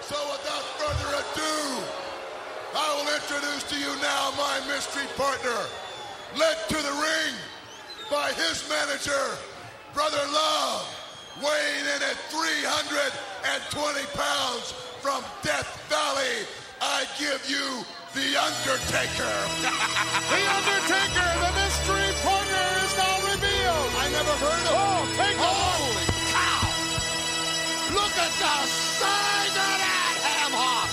So without further ado, I will introduce to you now my mystery partner, led to the ring by his manager, Brother Love, weighing in at 320 pounds from Death Valley. I give you The Undertaker. The Undertaker, the mystery partner, is now revealed. I never heard of Oh, take a Holy look. cow! Look at the size of that ham hock.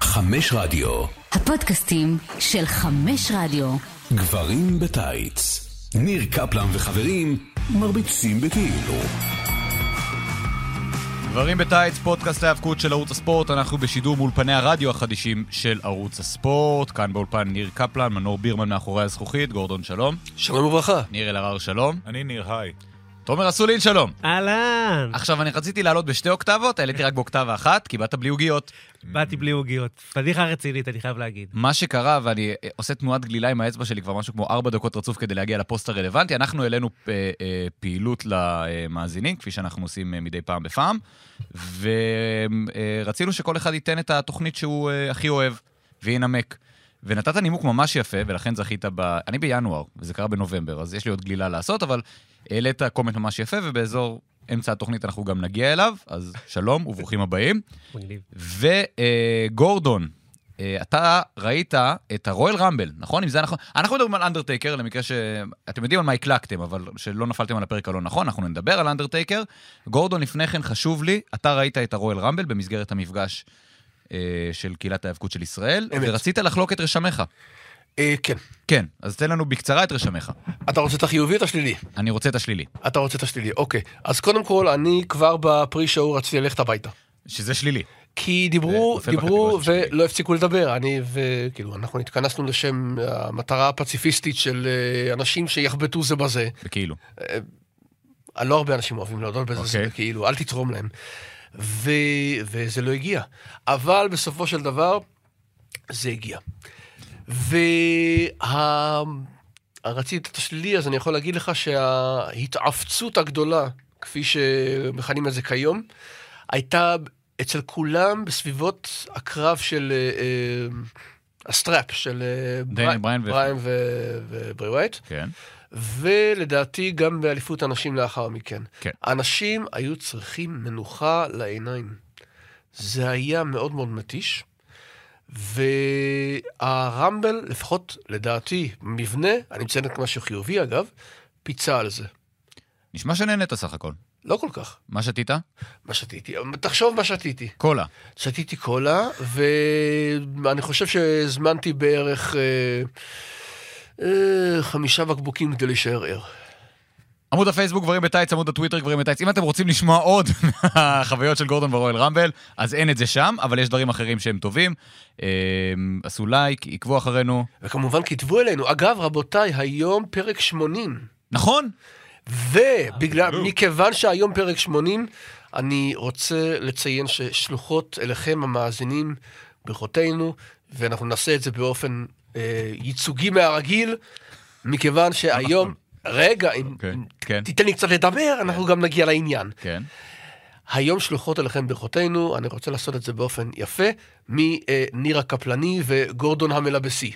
חמש רדיו, הפודקאסטים של חמש רדיו. גברים בטייץ. ניר קפלן וחברים מרביצים בכאילו. גברים בטייץ, פודקאסט ההיאבקות של ערוץ הספורט, אנחנו בשידור מאולפני הרדיו החדישים של ערוץ הספורט, כאן באולפן ניר קפלן, מנור בירמן מאחורי הזכוכית, גורדון שלום, שלום וברכה. ניר אלהרר שלום, אני ניר, היי. תומר אסולין שלום. אהלן, עכשיו אני רציתי לעלות בשתי אוקטבות, העליתי רק באוקטבה אחת, כי באת בלי עוגיות. באתי בלי עוגיות. פדיחה רצינית, אני חייב להגיד. מה שקרה, ואני אה, עושה תנועת גלילה עם האצבע שלי כבר משהו כמו ארבע דקות רצוף כדי להגיע לפוסט הרלוונטי, אנחנו העלינו אה, אה, פעילות למאזינים, כפי שאנחנו עושים אה, מדי פעם בפעם, ורצינו שכל אחד ייתן את התוכנית שהוא אה, הכי אוהב, וינמק. ונתת נימוק ממש יפה, ולכן זכית ב... אני בינואר, וזה קרה בנובמבר, אז יש לי עוד גלילה לעשות, אבל העלית קומנט ממש יפה, ובאזור אמצע התוכנית אנחנו גם נגיע אליו, אז שלום וברוכים הבאים. מגניב. וגורדון, אה, אתה ראית את הרואל רמבל, נכון? אם זה נכון. אנחנו מדברים על אנדרטייקר, למקרה ש... אתם יודעים על מה הקלקתם, אבל שלא נפלתם על הפרק הלא נכון, אנחנו נדבר על אנדרטייקר. גורדון, לפני כן חשוב לי, אתה ראית את הרואל רמבל במסגרת המפגש אה, של קהילת ההיאבקות של ישראל, אמת. ורצית לחלוק את רשמיך. אה, כן. כן, אז תן לנו בקצרה את רשמיך. אתה רוצה את החיובי או את השלילי? אני רוצה את השלילי, אתה רוצה את השלילי, אוקיי. אז קודם כל, אני כבר בפרי שואו רציתי ללכת הביתה. שזה שלילי. כי דיברו, זה נופל דיברו בקטגוריה ולא הפסיקו לדבר. אני וכאילו, אנחנו התכנסנו לשם אה, המטרה הפציפיסטית של אה, אנשים שיחבטו זה בזה. בכאילו. אה, לא הרבה אנשים אוהבים להודות בזה, אוקיי. זה כאילו, אל תתרום להם. ו... וזה לא הגיע. אבל בסופו של דבר, זה הגיע. וה... רציתי את השלילי, אז אני יכול להגיד לך שההתעפצות הגדולה, כפי שמכנים את זה כיום, הייתה אצל כולם בסביבות הקרב של אה, אה, הסטראפ, של אה, דני ברי- בריין ו- בריין ו- וברי ווייט. כן. ולדעתי גם באליפות הנשים לאחר מכן. כן. אנשים היו צריכים מנוחה לעיניים. זה היה מאוד מאוד מתיש, והרמבל, לפחות לדעתי, מבנה, אני מציין רק משהו חיובי אגב, פיצה על זה. נשמע שנהנית סך הכל. לא כל כך. מה שתית? מה שתיתי, תחשוב מה שתיתי. קולה. שתיתי קולה, ואני חושב שהזמנתי בערך אה, אה, חמישה בקבוקים כדי להישאר ער. עמוד הפייסבוק גברים בטייץ, עמוד הטוויטר גברים בטייץ. אם אתם רוצים לשמוע עוד מהחוויות של גורדון ורואל רמבל, אז אין את זה שם, אבל יש דברים אחרים שהם טובים. אמ, עשו לייק, עקבו אחרינו. וכמובן כתבו אלינו. אגב, רבותיי, היום פרק 80. נכון? ובגלל, אה, מכיוון שהיום פרק 80, אני רוצה לציין ששלוחות אליכם המאזינים ברכותינו, ואנחנו נעשה את זה באופן אה, ייצוגי מהרגיל, מכיוון שהיום... רגע, אם נכון. אוקיי, אם כן. תיתן לי קצת לדבר, אנחנו גם נגיע לעניין. כן. היום שלוחות אליכם ברכותינו, אני רוצה לעשות את זה באופן יפה, מניר הקפלני וגורדון המלבסי.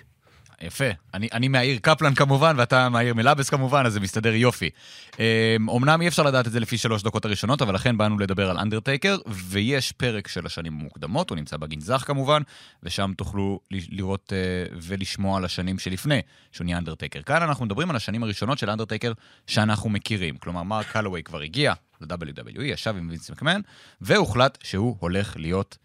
יפה. אני, אני מהעיר קפלן כמובן, ואתה מהעיר מלאבס כמובן, אז זה מסתדר יופי. אמ, אומנם אי אפשר לדעת את זה לפי שלוש דקות הראשונות, אבל לכן באנו לדבר על אנדרטייקר, ויש פרק של השנים המוקדמות, הוא נמצא בגנזך כמובן, ושם תוכלו ל- לראות אה, ולשמוע על השנים שלפני שהוא נהיה אנדרטייקר. כאן אנחנו מדברים על השנים הראשונות של אנדרטייקר שאנחנו מכירים. כלומר, מרק קלווי כבר הגיע ל-WWE, ישב עם וינס מקמן, והוחלט שהוא הולך להיות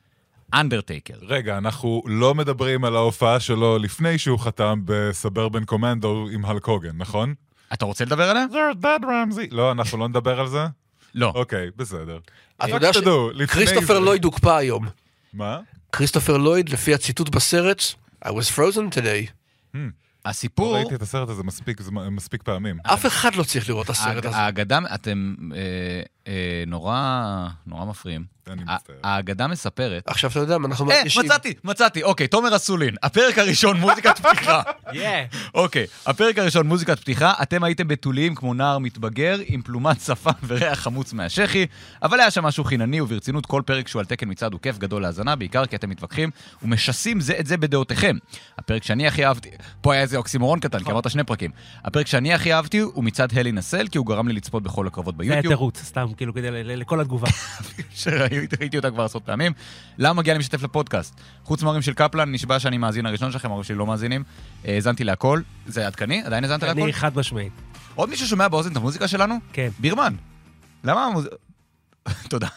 אנדרטייקר. רגע, אנחנו לא מדברים על ההופעה שלו לפני שהוא חתם בסברבן קומנדו עם הלק הוגן, נכון? אתה רוצה לדבר עליה? There's that רמזי. לא, אנחנו לא נדבר על זה? לא. אוקיי, בסדר. אתה רק יודע לא- שתדעו, לפני שכריסטופר זה- לויד הוקפא היום. מה? כריסטופר לויד, לפי הציטוט בסרט, I was frozen today. לא הסיפור... ראיתי אה- את הסרט הזה מספיק זמן- מספיק פעמים. אה, אף אחד לא צריך לראות את הסרט האג- הזה. האגדה, אתם אה, אה, נורא, נורא מפריעים. אני ה- מצטער. האגדה מספרת... עכשיו אתה יודע מה אנחנו אה, מרגישים. מצאתי, מצאתי. אוקיי, תומר אסולין, הפרק הראשון, מוזיקת פתיחה. יהיה. אוקיי, הפרק הראשון, מוזיקת פתיחה. אתם הייתם בתוליים כמו נער מתבגר, עם פלומת שפם וריח חמוץ מהשחי, אבל היה שם משהו חינני, וברצינות כל פרק שהוא על תקן מצעד הוא כיף גדול להאזנה, בעיקר כי אתם מתווכחים ומשסים זה את זה בדעותיכם. הפרק שאני הכי אהבתי, פה היה איזה אוקסימורון קטן, נכון. כי אמרת שני פרקים. הפרק שאני הכי אהבתי הוא מצעד הלי נסל, כי הוא גרם לי לצפות בכל הקרבות זה היה ביוטיוב. תירוץ, סתם, כאילו, כדי ל- ל- לכל התגובה. שראיתי אותה כבר עשרות פעמים. למה מגיע לי משתתף לפודקאסט? חוץ מהורים של קפלן, נשבע שאני מאזין הראשון שלכם, ההורים שלי לא מאזינים. האזנתי להכל. זה עדכני? עדיין האזנת להכל? אני חד משמעית. עוד מישהו שומע באוזן את המוזיקה שלנו? כן. בירמן. למה המוז... תודה.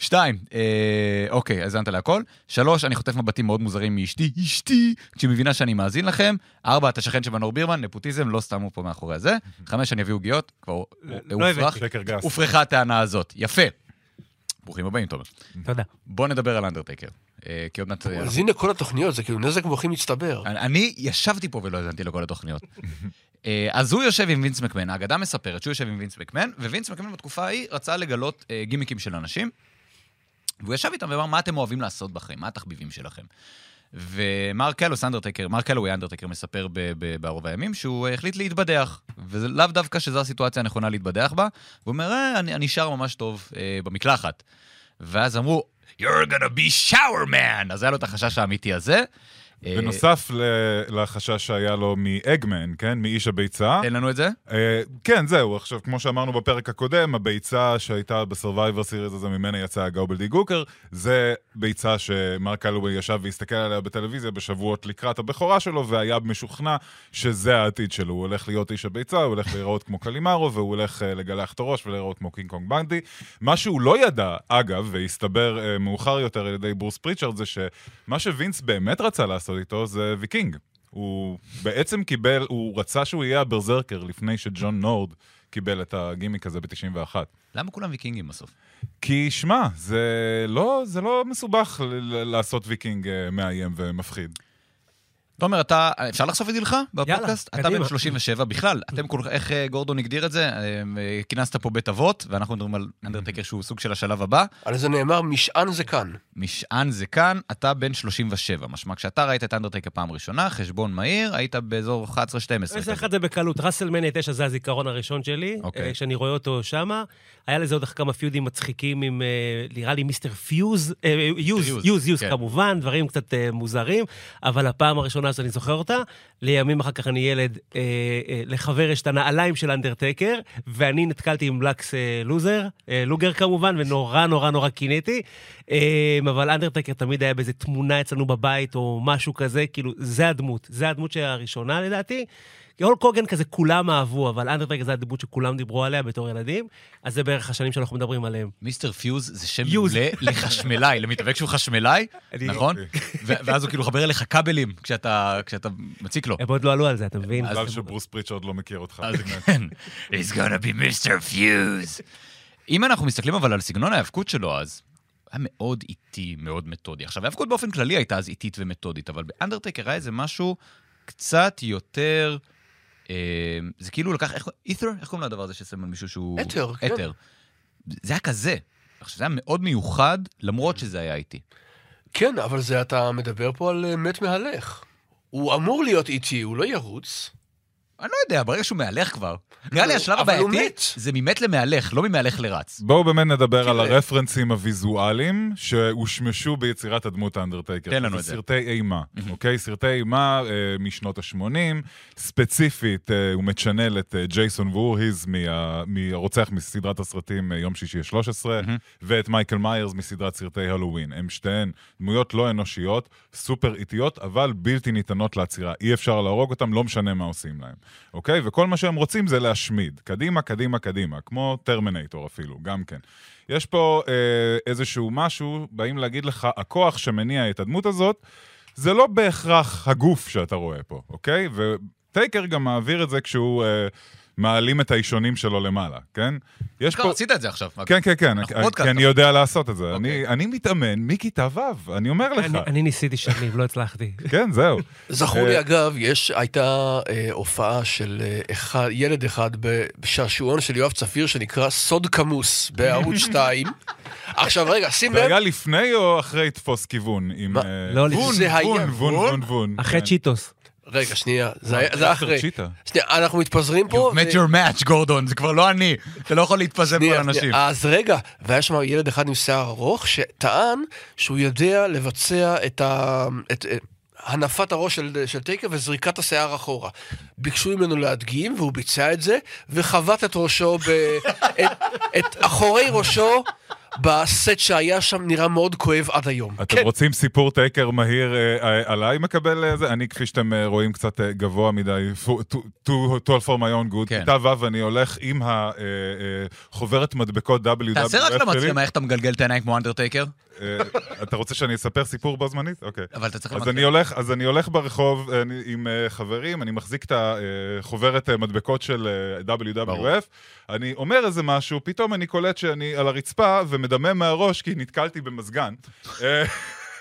שתיים, אה, אוקיי, האזנת להכל. שלוש, אני חוטף מבטים מאוד מוזרים מאשתי, אשתי, כשהיא מבינה שאני מאזין לכם. ארבע, אתה שכן של מנור בירמן, נפוטיזם, לא סתם הוא פה מאחורי הזה. חמש, אני אביא עוגיות, כבר אה, לא הופרך- הבאתי. שקר גס. הופרכה הטענה הזאת. יפה. ברוכים הבאים, תומר. תודה. בוא נדבר על אנדרטייקר. אה, כי עוד מעט... אז הנה כל התוכניות, זה כאילו נזק מוחי מצטבר. אני- אני ישבתי פה ולא האזנתי לכל התוכניות. אה, אז הוא יושב עם וינס מקמן, האגדה מספרת שהוא יושב עם וינס מקמן, ווינס מקמן בתקופה ההיא רצה לגלות אה, גימיקים של אנשים, והוא ישב איתם ואמר, מה אתם אוהבים לעשות בחיים? מה התחביבים שלכם? ומרק קלוס, אנדרטקר, מרק קלווי אנדרטקר מספר ב- ב- בערוב הימים שהוא אה, החליט להתבדח, וזה לאו דווקא שזו הסיטואציה הנכונה להתבדח בה, והוא אומר, אה, אני, אני שר ממש טוב אה, במקלחת. ואז אמרו, you're gonna be shower man! אז היה לו את החשש האמיתי הזה. אה, בנוסף ל- לחשש שהיה לו מאגמן, כן? מאיש הביצה. אין לנו את זה? אה, כן, זהו. עכשיו, כמו שאמרנו בפרק הקודם, הביצה שהייתה בסרווייבר סיריז הזה, ממנה יצא הגאובלדי גוקר, זה ביצה שמרק קלווי ישב והסתכל עליה בטלוויזיה בשבועות לקראת הבכורה שלו, והיה משוכנע שזה העתיד שלו. הוא הולך להיות איש הביצה, הוא הולך להיראות כמו קלימרו, והוא הולך אה, לגלח את הראש ולהיראות כמו קינג קונג בנדי. מה שהוא לא ידע, אגב, והסתבר אה, מאוחר יותר על ידי ברוס פריצ'רד, זה שמה שווינס באמת רצה לעשות איתו זה ויקינג. הוא בעצם קיבל, הוא רצה שהוא יהיה הברזרקר לפני שג'ון נורד קיבל את הגימיק הזה ב-91. למה כולם ויקינגים בסוף? כי שמע, זה לא, זה לא מסובך ל- ל- לעשות ויקינג אה, מאיים ומפחיד. תומר, אתה, אפשר לחשוף את גילך בפודקאסט? יאללה, אתה קדימה. בן 37 בכלל, אתם כל איך אה, גורדון הגדיר את זה? אה, אה, כינסת פה בית אבות, ואנחנו מדברים על אנדרטקר שהוא סוג של השלב הבא. על זה נאמר, משען זה כאן. משען זה כאן, אתה בן 37, משמע כשאתה ראית את אנדרטקר פעם ראשונה, חשבון מהיר, היית באזור 11-12. עשר כזה. אחד זה בקלות. ראסלמניה 9 זה הזיכרון הראשון שלי, אוקיי. אה, כשאני רואה אותו שמה. היה לזה עוד כמה פיודים מצחיקים עם, אה, נראה לי, מיסטר פיוז, אה, יוז, יוז, יוז, יוז כן. כמובן, דברים קצת אה, מוזרים, אבל הפעם הראשונה שאני זוכר אותה, לימים אחר כך אני ילד, אה, אה, לחבר יש את הנעליים של אנדרטקר, ואני נתקלתי עם לקס אה, לוזר, אה, לוגר כמובן, ונורא נורא נורא קינאתי, אה, אבל אנדרטקר תמיד היה באיזה תמונה אצלנו בבית, או משהו כזה, כאילו, זה הדמות, זה הדמות הראשונה לדעתי. הולק הוגן כזה כולם אהבו, אבל אנדרטקר זה הדמות שכולם דיברו עליה בתור ילדים, אז זה בערך השנים שאנחנו מדברים עליהם. מיסטר פיוז זה שם יוז. מעולה לחשמלאי, למתאבק שהוא חשמלאי, אני- נכון? כן. ו- ואז הוא כאילו חבר אליך כבלים כשאתה כשאתה מציק לו. הם עוד לא עלו על זה, אתה מבין? אז- בגלל שברוס פריצ'רד לא מכיר אותך. אז כן, it's gonna be Mr. Fuse. אם אנחנו מסתכלים אבל על סגנון ההיאבקות שלו אז, הוא היה מאוד איטי, מאוד מתודי. עכשיו, ההיאבקות באופן כללי הייתה אז איטית ומתודית, אבל באנדרטקר היה איזה משהו קצת יותר... אה, זה כאילו לקח, איך אית'ר? איך קוראים לדבר הזה ששם על מישהו שהוא... אתר, כן. אתר. זה היה כזה. עכשיו, זה היה מאוד מיוחד, למרות שזה היה איטי. כן, אבל זה אתה מדבר פה על אה, מת מהלך. הוא אמור להיות איטי, הוא לא ירוץ. אני לא יודע, ברגע שהוא מהלך כבר. נראה לי השלב אבל הוא הבעייתי מת. זה ממת למהלך, לא ממהלך לרץ. בואו באמת נדבר על הרפרנסים הוויזואליים שהושמשו ביצירת הדמות האנדרטייקר. תן לנו את זה. זה סרטי אימה, אוקיי? סרטי אימה אה, משנות ה-80, ספציפית אה, הוא מצ'נל את אה, ג'ייסון וורהיז מה- אה, מהרוצח מסדרת הסרטים אה, יום שישי ה-13, ואת מייקל מיירס מסדרת סרטי הלואוין. הם שתיהן דמויות לא אנושיות, סופר איטיות, אבל בלתי ניתנות לעצירה. אי אפשר להרוג אותם, לא משנה מה עושים להם, אוקיי? וכל מה שהם רוצים זה להשמיד. קדימה, קדימה, קדימה, כמו טרמינטור אפילו, גם כן. יש פה אה, איזשהו משהו, באים להגיד לך, הכוח שמניע את הדמות הזאת, זה לא בהכרח הגוף שאתה רואה פה, אוקיי? וטייקר גם מעביר את זה כשהוא אה, מעלים את האישונים שלו למעלה, כן? יש אשכרה עשית את זה עכשיו. כן, כן, כן, אנחנו כי- פודקאסט, כי אני אבל- יודע לעשות את זה. אוקיי. אני- אני מתאמן מכיתה ו', אני אומר לך. אני- אני ניסיתי שנים, לא הצלחתי. כן, זהו. זכור לי, אה, אגב, יש, הייתה אה, הופעה של אה, אחד, ילד אחד בשעשועון של יואב צפיר שנקרא סוד כמוס בערוץ 2. עכשיו, רגע, שים זה לב, היה לפני או אחרי תפוס כיוון? עם... מה? אה, לא, וון, זה היה וון, וון? וון, וון, וון. אחרי כן. צ'יטוס. רגע, שנייה, זה היה זה אה, היה אחרי. צ'יטה. שנייה, אנחנו מתפזרים פה. You've met ו- אה, your match, גורדון, זה כבר לא אני. אתה לא יכול להתפזם שנייה, על אנשים. שנייה. אה, אז רגע, והיה שם ילד אחד עם שיער ארוך שטען שהוא יודע לבצע את ה... את... את- הנפת הראש של, של טייקר וזריקת השיער אחורה. ביקשו ממנו להדגים, והוא ביצע את זה, וחבט את ראשו, ב, את, את אחורי ראשו, בסט שהיה שם, נראה מאוד כואב עד היום. אתם רוצים סיפור טייקר מהיר אה, אה, עליי מקבל אה, זה? אני, כפי שאתם אה, רואים, קצת אה, גבוה מדי. פו- טו- טו- 12 for my own good. כן. כיתה ו' אני הולך עם החוברת מדבקות WWF. תעשה רק שלי. למצלמה איך אתה מגלגל את העיניים כמו אנדרטייקר. אה, אתה רוצה שאני אספר סיפור בו זמנית? אוקיי. אבל אתה צריך אז למטבע. אני הולך, אז אני הולך ברחוב אני, עם אה, חברים, אני מחזיק את החוברת אה, מדבקות של אה, WWF, ברור. אני אומר איזה משהו, פתאום אני קולט שאני על הרצפה ומדמם מהראש כי נתקלתי במזגן. אה,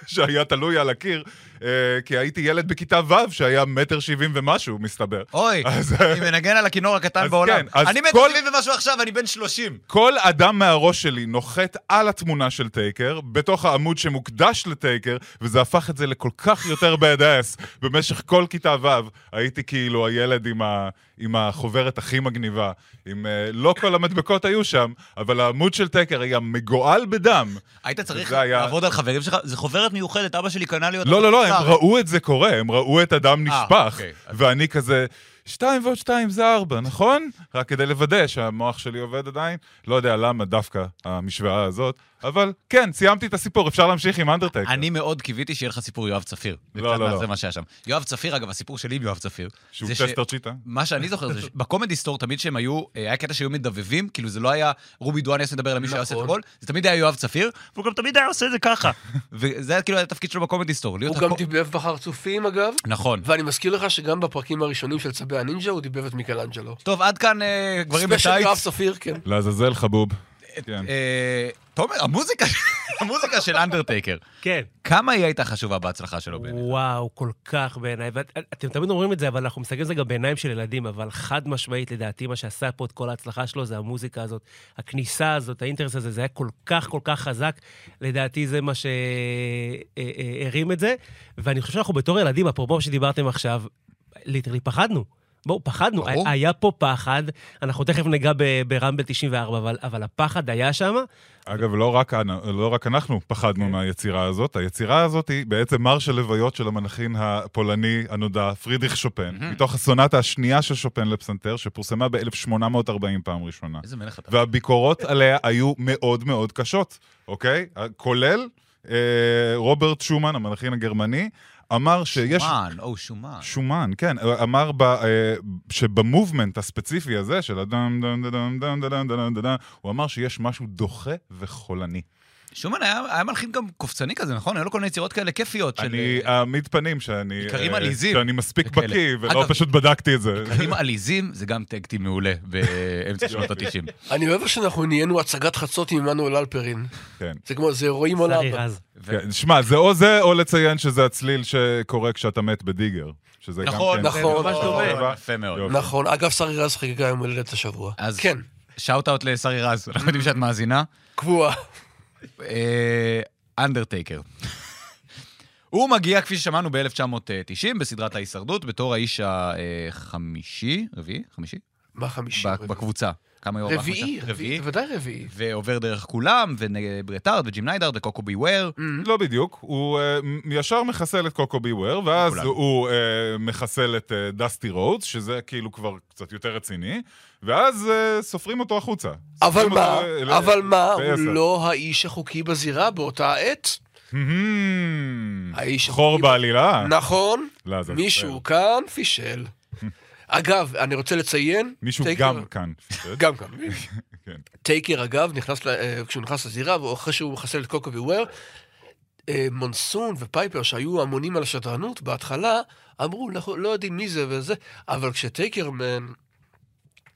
שהיה תלוי על הקיר, אה, כי הייתי ילד בכיתה ו' שהיה מטר שבעים ומשהו, מסתבר. אוי, אז- אני מנגן על הכינור הקטן אז בעולם. כן, אז אני בן כל- 70 ומשהו עכשיו, אני בן 30. כל אדם מהראש שלי נוחת על התמונה של טייקר, בתוך העמוד שמוקדש לטייקר, וזה הפך את זה לכל כך יותר badass. במשך כל כיתה ו' הייתי כאילו הילד עם, ה... עם החוברת הכי מגניבה. עם... אה, לא כל המדבקות היו שם, אבל העמוד של טייקר היה מגואל בדם. היית צריך זה היה- לעבוד על חברים שלך, זו חוברת מיוחדת, אבא שלי קנה לי אותה. לא, לא, לא, הם בצער. ראו את זה קורה, הם ראו את הדם אה, נשפך, אוקיי. אז- ואני כזה, שתיים ועוד שתיים זה ארבע, נכון? רק כדי לוודא שהמוח שלי עובד עדיין, לא יודע למה דווקא המשוואה הזאת, אבל כן, סיימתי את הסיפור, אפשר להמשיך עם אנדרטקר. אני מאוד קיוויתי שיהיה לך סיפור יואב צפיר. לא, וקצת לא, לא. זה מה שהיה שם. יואב צפיר, אגב, הסיפור שלי עם יואב צפיר. שהוא זה ש- טסטר צ'יטה. מה שאני זוכר זה שבקומדי סטור תמיד שהם היו, אה, היה קטע שהיו מדבבים, כאילו זה לא היה רובי דואניאס מדבר על מי שהיה עושה את נכון. הכל, זה תמיד היה יואב צפיר, והוא גם תמיד היה עושה את זה ככה. וזה היה כאילו היה התפקיד שלו בקומדי סטור, להיות הוא גם הכל- דיבב בחרצופים, אגב, נכון. ואני מזכיר לך שגם בפרקים הראשונים של צבי הנינג'ה הוא דיבב את מיקלנג'לו. טוב, עד כאן אה, גברים ספיישל יואב בטייץ. ספיר, כן. לעזאזל חבוב. כן. אה, תומר, המוזיקה המוזיקה של אנדרטייקר, כן. כמה היא הייתה חשובה בהצלחה שלו באמת? וואו, כל כך בעיניי. ואתם תמיד אומרים את זה, אבל אנחנו מסתכלים על זה גם בעיניים של ילדים, אבל חד משמעית, לדעתי, מה שעשה פה את כל ההצלחה שלו זה המוזיקה הזאת. הכניסה הזאת, האינטרס הזה, זה היה כל כך כל כך חזק. לדעתי זה מה שהרים את זה. ואני חושב שאנחנו בתור ילדים, אפרופו מה שדיברתם עכשיו, ליטרלי פחדנו. בואו, פחדנו. ברור. היה פה פחד, אנחנו תכף ניגע ב- ברמבל 94, אבל, אבל הפחד היה שם. אגב, לא רק, אנ- לא רק אנחנו פחדנו אוקיי. מהיצירה הזאת, היצירה הזאת היא בעצם מרש הלוויות של המנחין הפולני הנודע, פרידריך שופן, מתוך הסונטה השנייה של שופן לפסנתר, שפורסמה ב-1840 פעם ראשונה. איזה מלך אתה. והביקורות עליה היו מאוד מאוד קשות, אוקיי? כולל אה, רוברט שומן, המלחין הגרמני, אמר שיש... שומן, או שומן. שומן, כן, אמר ב, אה, שבמובמנט הספציפי הזה של הדם דם דם דם דם דם דם דם דם דם, הוא אמר שיש משהו דוחה וחולני. שומן היה היה מלחין גם קופצני כזה, נכון? היו לו כל מיני יצירות כאלה כיפיות של... אני אה, אעמיד פנים שאני... איכרים אה, עליזים. שאני מספיק וכאלה. בקיא, ולא אגב, פשוט בדקתי את זה. קלים עליזים זה גם טקטי מעולה באמצע שנות ה-90. אני אוהב שאנחנו נהיינו הצגת חצות עם עמנואל אלפרין. כן. זה כמו, זה רואים שרי עולם. רז. כן, שמע, זה או זה, או לציין שזה הצליל שקורה כשאתה מת בדיגר. שזה גם נכון, כן- נכון, זה ממש נכון. דומה. יפה מאוד. יופי. נכון, אגב, שרי רז חגגה יום הולדת השבוע. אז כן, שאוט אאוט לשרי רז, אנחנו יודעים שאת מאזינה. קבועה. אה, אנדרטייקר. הוא מגיע, כפי ששמענו, ב-1990 בסדרת ההישרדות, בתור האיש החמישי, רביעי? חמישי? מה חמישי? ב- בקבוצה. כמה לא, יו"ר רביעי, רביעי, רביעי. בוודאי רביעי. ועובר דרך כולם, וברטארד וג'ים ניידארד וקוקו בי וויר. Mm-hmm. לא בדיוק, הוא אה, מ- ישר מחסל את קוקו ביוור, ואז כולנו. הוא אה, מחסל את אה, דסטי רודס, שזה כאילו כבר קצת יותר רציני, ואז אה, סופרים אותו החוצה. אבל סופרים מה, אותו, אה, ל- אבל מה, הוא בעשר. לא האיש החוקי בזירה באותה העת. מהמם. האיש חור החוקי- בעלילה. נכון, לא, זה- מישהו כאן פישל. אגב, אני רוצה לציין... מישהו טייקר- גם כאן. גם כאן. כן. טייקר אגב, נכנס, ל- אה, כשהוא נכנס לזירה, ואחרי שהוא מחסל את קוקו וויר, אה, מונסון ופייפר, שהיו אמונים על השדרנות בהתחלה, אמרו, אנחנו לא יודעים מי זה וזה, אבל כשטייקר אה,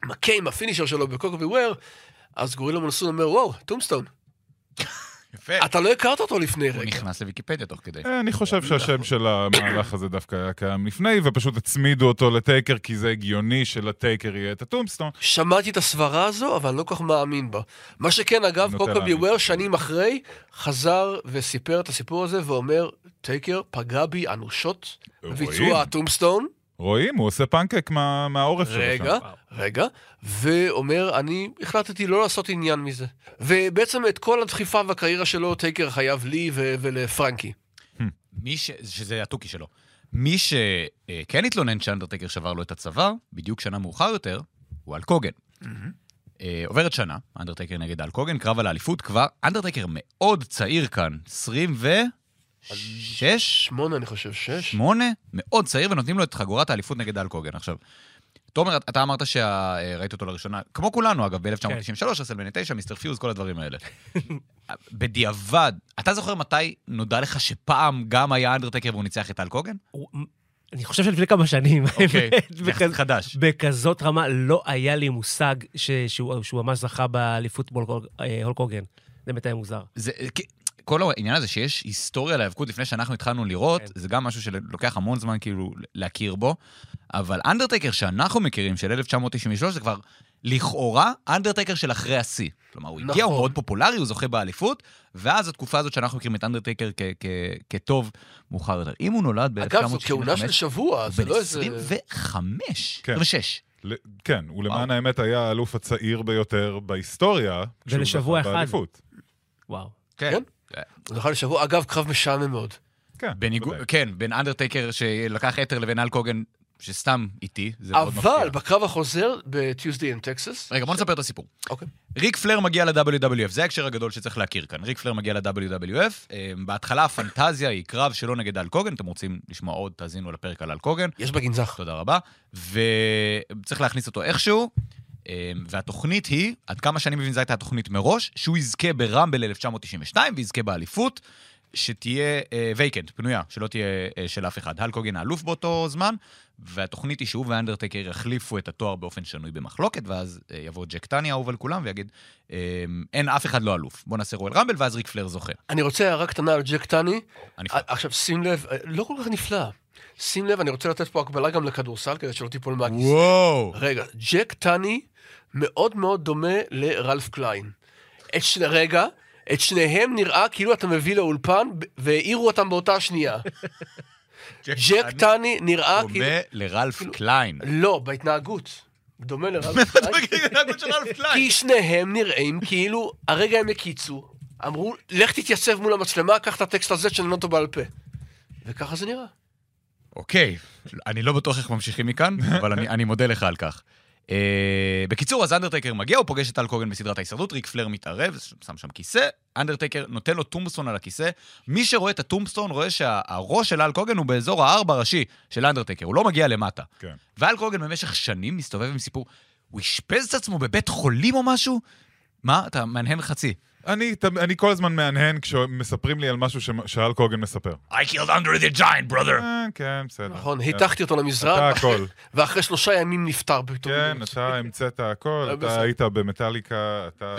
מכה עם הפינישר שלו בקוקובי וויר, אז גורילה מונסון אומר, וואו, טומסטון. יפה. אתה לא הכרת אותו לפני כן. הוא רגע. נכנס לוויקיפדיה תוך כדי. אה, אני חושב שהשם של המהלך הזה דווקא היה קיים לפני, ופשוט הצמידו אותו לטייקר, כי זה הגיוני שלטייקר יהיה את הטומסטון. שמעתי את הסברה הזו, אבל אני לא כל כך מאמין בה. מה שכן, אגב, נוטה קוקובי להאמין. וויר, שנים אחרי, חזר וסיפר את הסיפור הזה ואומר, טייקר פגע בי אנושות רואים? בביצוע הטומסטון. רואים? הוא עושה פנקק מה- מהעורף שלו. רגע, שם. רגע, ואומר, אני החלטתי לא לעשות עניין מזה. ובעצם את כל הדחיפה והקריירה שלו, טייקר חייב לי ו- ולפרנקי. מי ש... שזה התוכי שלו. מי שכן התלונן שאנדרטקר שבר לו את הצוואר, בדיוק שנה מאוחר יותר, הוא אלק הוגן. אה, עוברת שנה, אנדרטקר נגד אלק הוגן, קרב על האליפות כבר, אנדרטקר מאוד צעיר כאן, 26? שמונה, אני חושב, שש. שמונה, מאוד צעיר, ונותנים לו את חגורת האליפות נגד אלקוגן. עכשיו, תומר, אתה אמרת שראית אותו לראשונה, כמו כולנו אגב, ב-1993, רסלמני 9, מיסטר פיוז, כל הדברים האלה. בדיעבד, אתה זוכר מתי נודע לך שפעם גם היה אנדרטקר והוא ניצח את אלקוגן? הוא- אני חושב שלפני כמה שנים, האמת, זה אוקיי, יחסית בכז- חדש. בכזאת רמה לא היה לי מושג ש- שהוא שהוא ממש זכה באליפות מול הול- אה, הולק הוגן. זה באמת היה מוזר. זה, כי- כל העניין הזה שיש היסטוריה להיאבקות לפני שאנחנו התחלנו לראות, כן. זה גם משהו שלוקח המון זמן כאילו להכיר בו, אבל אנדרטקר שאנחנו מכירים, של 1993, זה כבר לכאורה אנדרטקר של אחרי השיא. כלומר, הוא הגיע, הוא נכון. מאוד פופולרי, הוא זוכה באליפות, ואז התקופה הזאת שאנחנו מכירים את אנדרטקר כ- כ- כטוב מאוחר יותר. אם הוא נולד ב-1965, אגב, זו כהונה של שבוע, הוא זה בן לא איזה... 25, כן. 26. ל- כן, ולמען וואו. האמת היה האלוף הצעיר ביותר בהיסטוריה. כשהוא ולשבוע זכה אחד. באליפות. וואו. כן. כן. הוא נכון לשבוע, אגב, קרב משעמם מאוד. כן, בניגוד, בוודאי. כן, בין אנדרטקר שלקח אתר לבין אלקוגן, שסתם איתי, זה מאוד מפתיע. אבל בקרב החוזר בטיוסדי אין טקסס, רגע, בוא נספר את הסיפור. אוקיי. ריק פלר מגיע ל-WWF, זה ההקשר הגדול שצריך להכיר כאן. ריק פלר מגיע ל-WWF, אמ, בהתחלה הפנטזיה היא קרב שלו נגד אלקוגן, אתם רוצים לשמוע עוד, תאזינו לפרק על אלקוגן, יש בגנזך. תודה רבה, וצריך להכניס אותו איכשהו, אה, והתוכנית היא, עד כמה שאני מבין זו הייתה התוכנית מראש, שהוא יזכה ברמבל 1992 ויזכה באליפות, שתהיה וייקנט, פנויה, שלא תהיה אה, של אף אחד. הלקוגן האלוף באותו זמן, והתוכנית היא שהוא והאנדרטקר יחליפו את התואר באופן שנוי במחלוקת, ואז אה, יבוא ג'ק טני האהוב על כולם ויגיד, אה, אין אף אחד לא אלוף, בוא נעשה רואל רמבל, ואז ריק פלר זוכה. אני רוצה הערה קטנה על ג'ק טני. הנפלא. עכשיו, שים לב, אה, לא כל כך נפלא. שים לב, אני רוצה לתת פה הקבלה גם לכדורסל, כדי שלא תיפול מהכיס. וואו! רגע, ג'ק טני מאוד מאוד דומה לרלף קליין. את שני, רגע, את שניהם נראה כאילו אתה מביא לאולפן ב- והעירו אותם באותה שנייה. ג'ק טני נראה כאילו... דומה לרלף קליין. לא, בהתנהגות. דומה לרלף קליין. כי שניהם נראים כאילו הרגע הם הקיצו, אמרו, לך תתייצב מול המצלמה, קח את הטקסט הזה שנתנו אותו בעל פה. וככה זה נראה. אה, אוקיי, אני לא בטוח איך ממשיכים מכאן, אבל אני, אני מודה לך על כך. Uh, בקיצור, אז אנדרטקר מגיע, הוא פוגש את טל קוגן בסדרת ההישרדות, ריק פלר מתערב, שם שם כיסא, אנדרטקר נותן לו טומבסטון על הכיסא. מי שרואה את הטומבסטון רואה שהראש של אל קוגן הוא באזור הארבע הראשי של אנדרטקר, הוא לא מגיע למטה. כן. ואל קוגן במשך שנים מסתובב עם סיפור, הוא אשפז את עצמו בבית חולים או משהו? מה? אתה מהנהן חצי. אני תמ- אני כל הזמן מהנהן כשמספרים לי על משהו שמ- שאל קוגן מספר. I killed under the giant, brother. אה, כן, בסדר. נכון, כן. הטחתי אותו למזרן, אתה ואחרי- הכל. ואחרי שלושה ימים נפטר פתאום. כן, אתה המצאת הכל, אה, אתה בסדר. היית במטאליקה, אתה-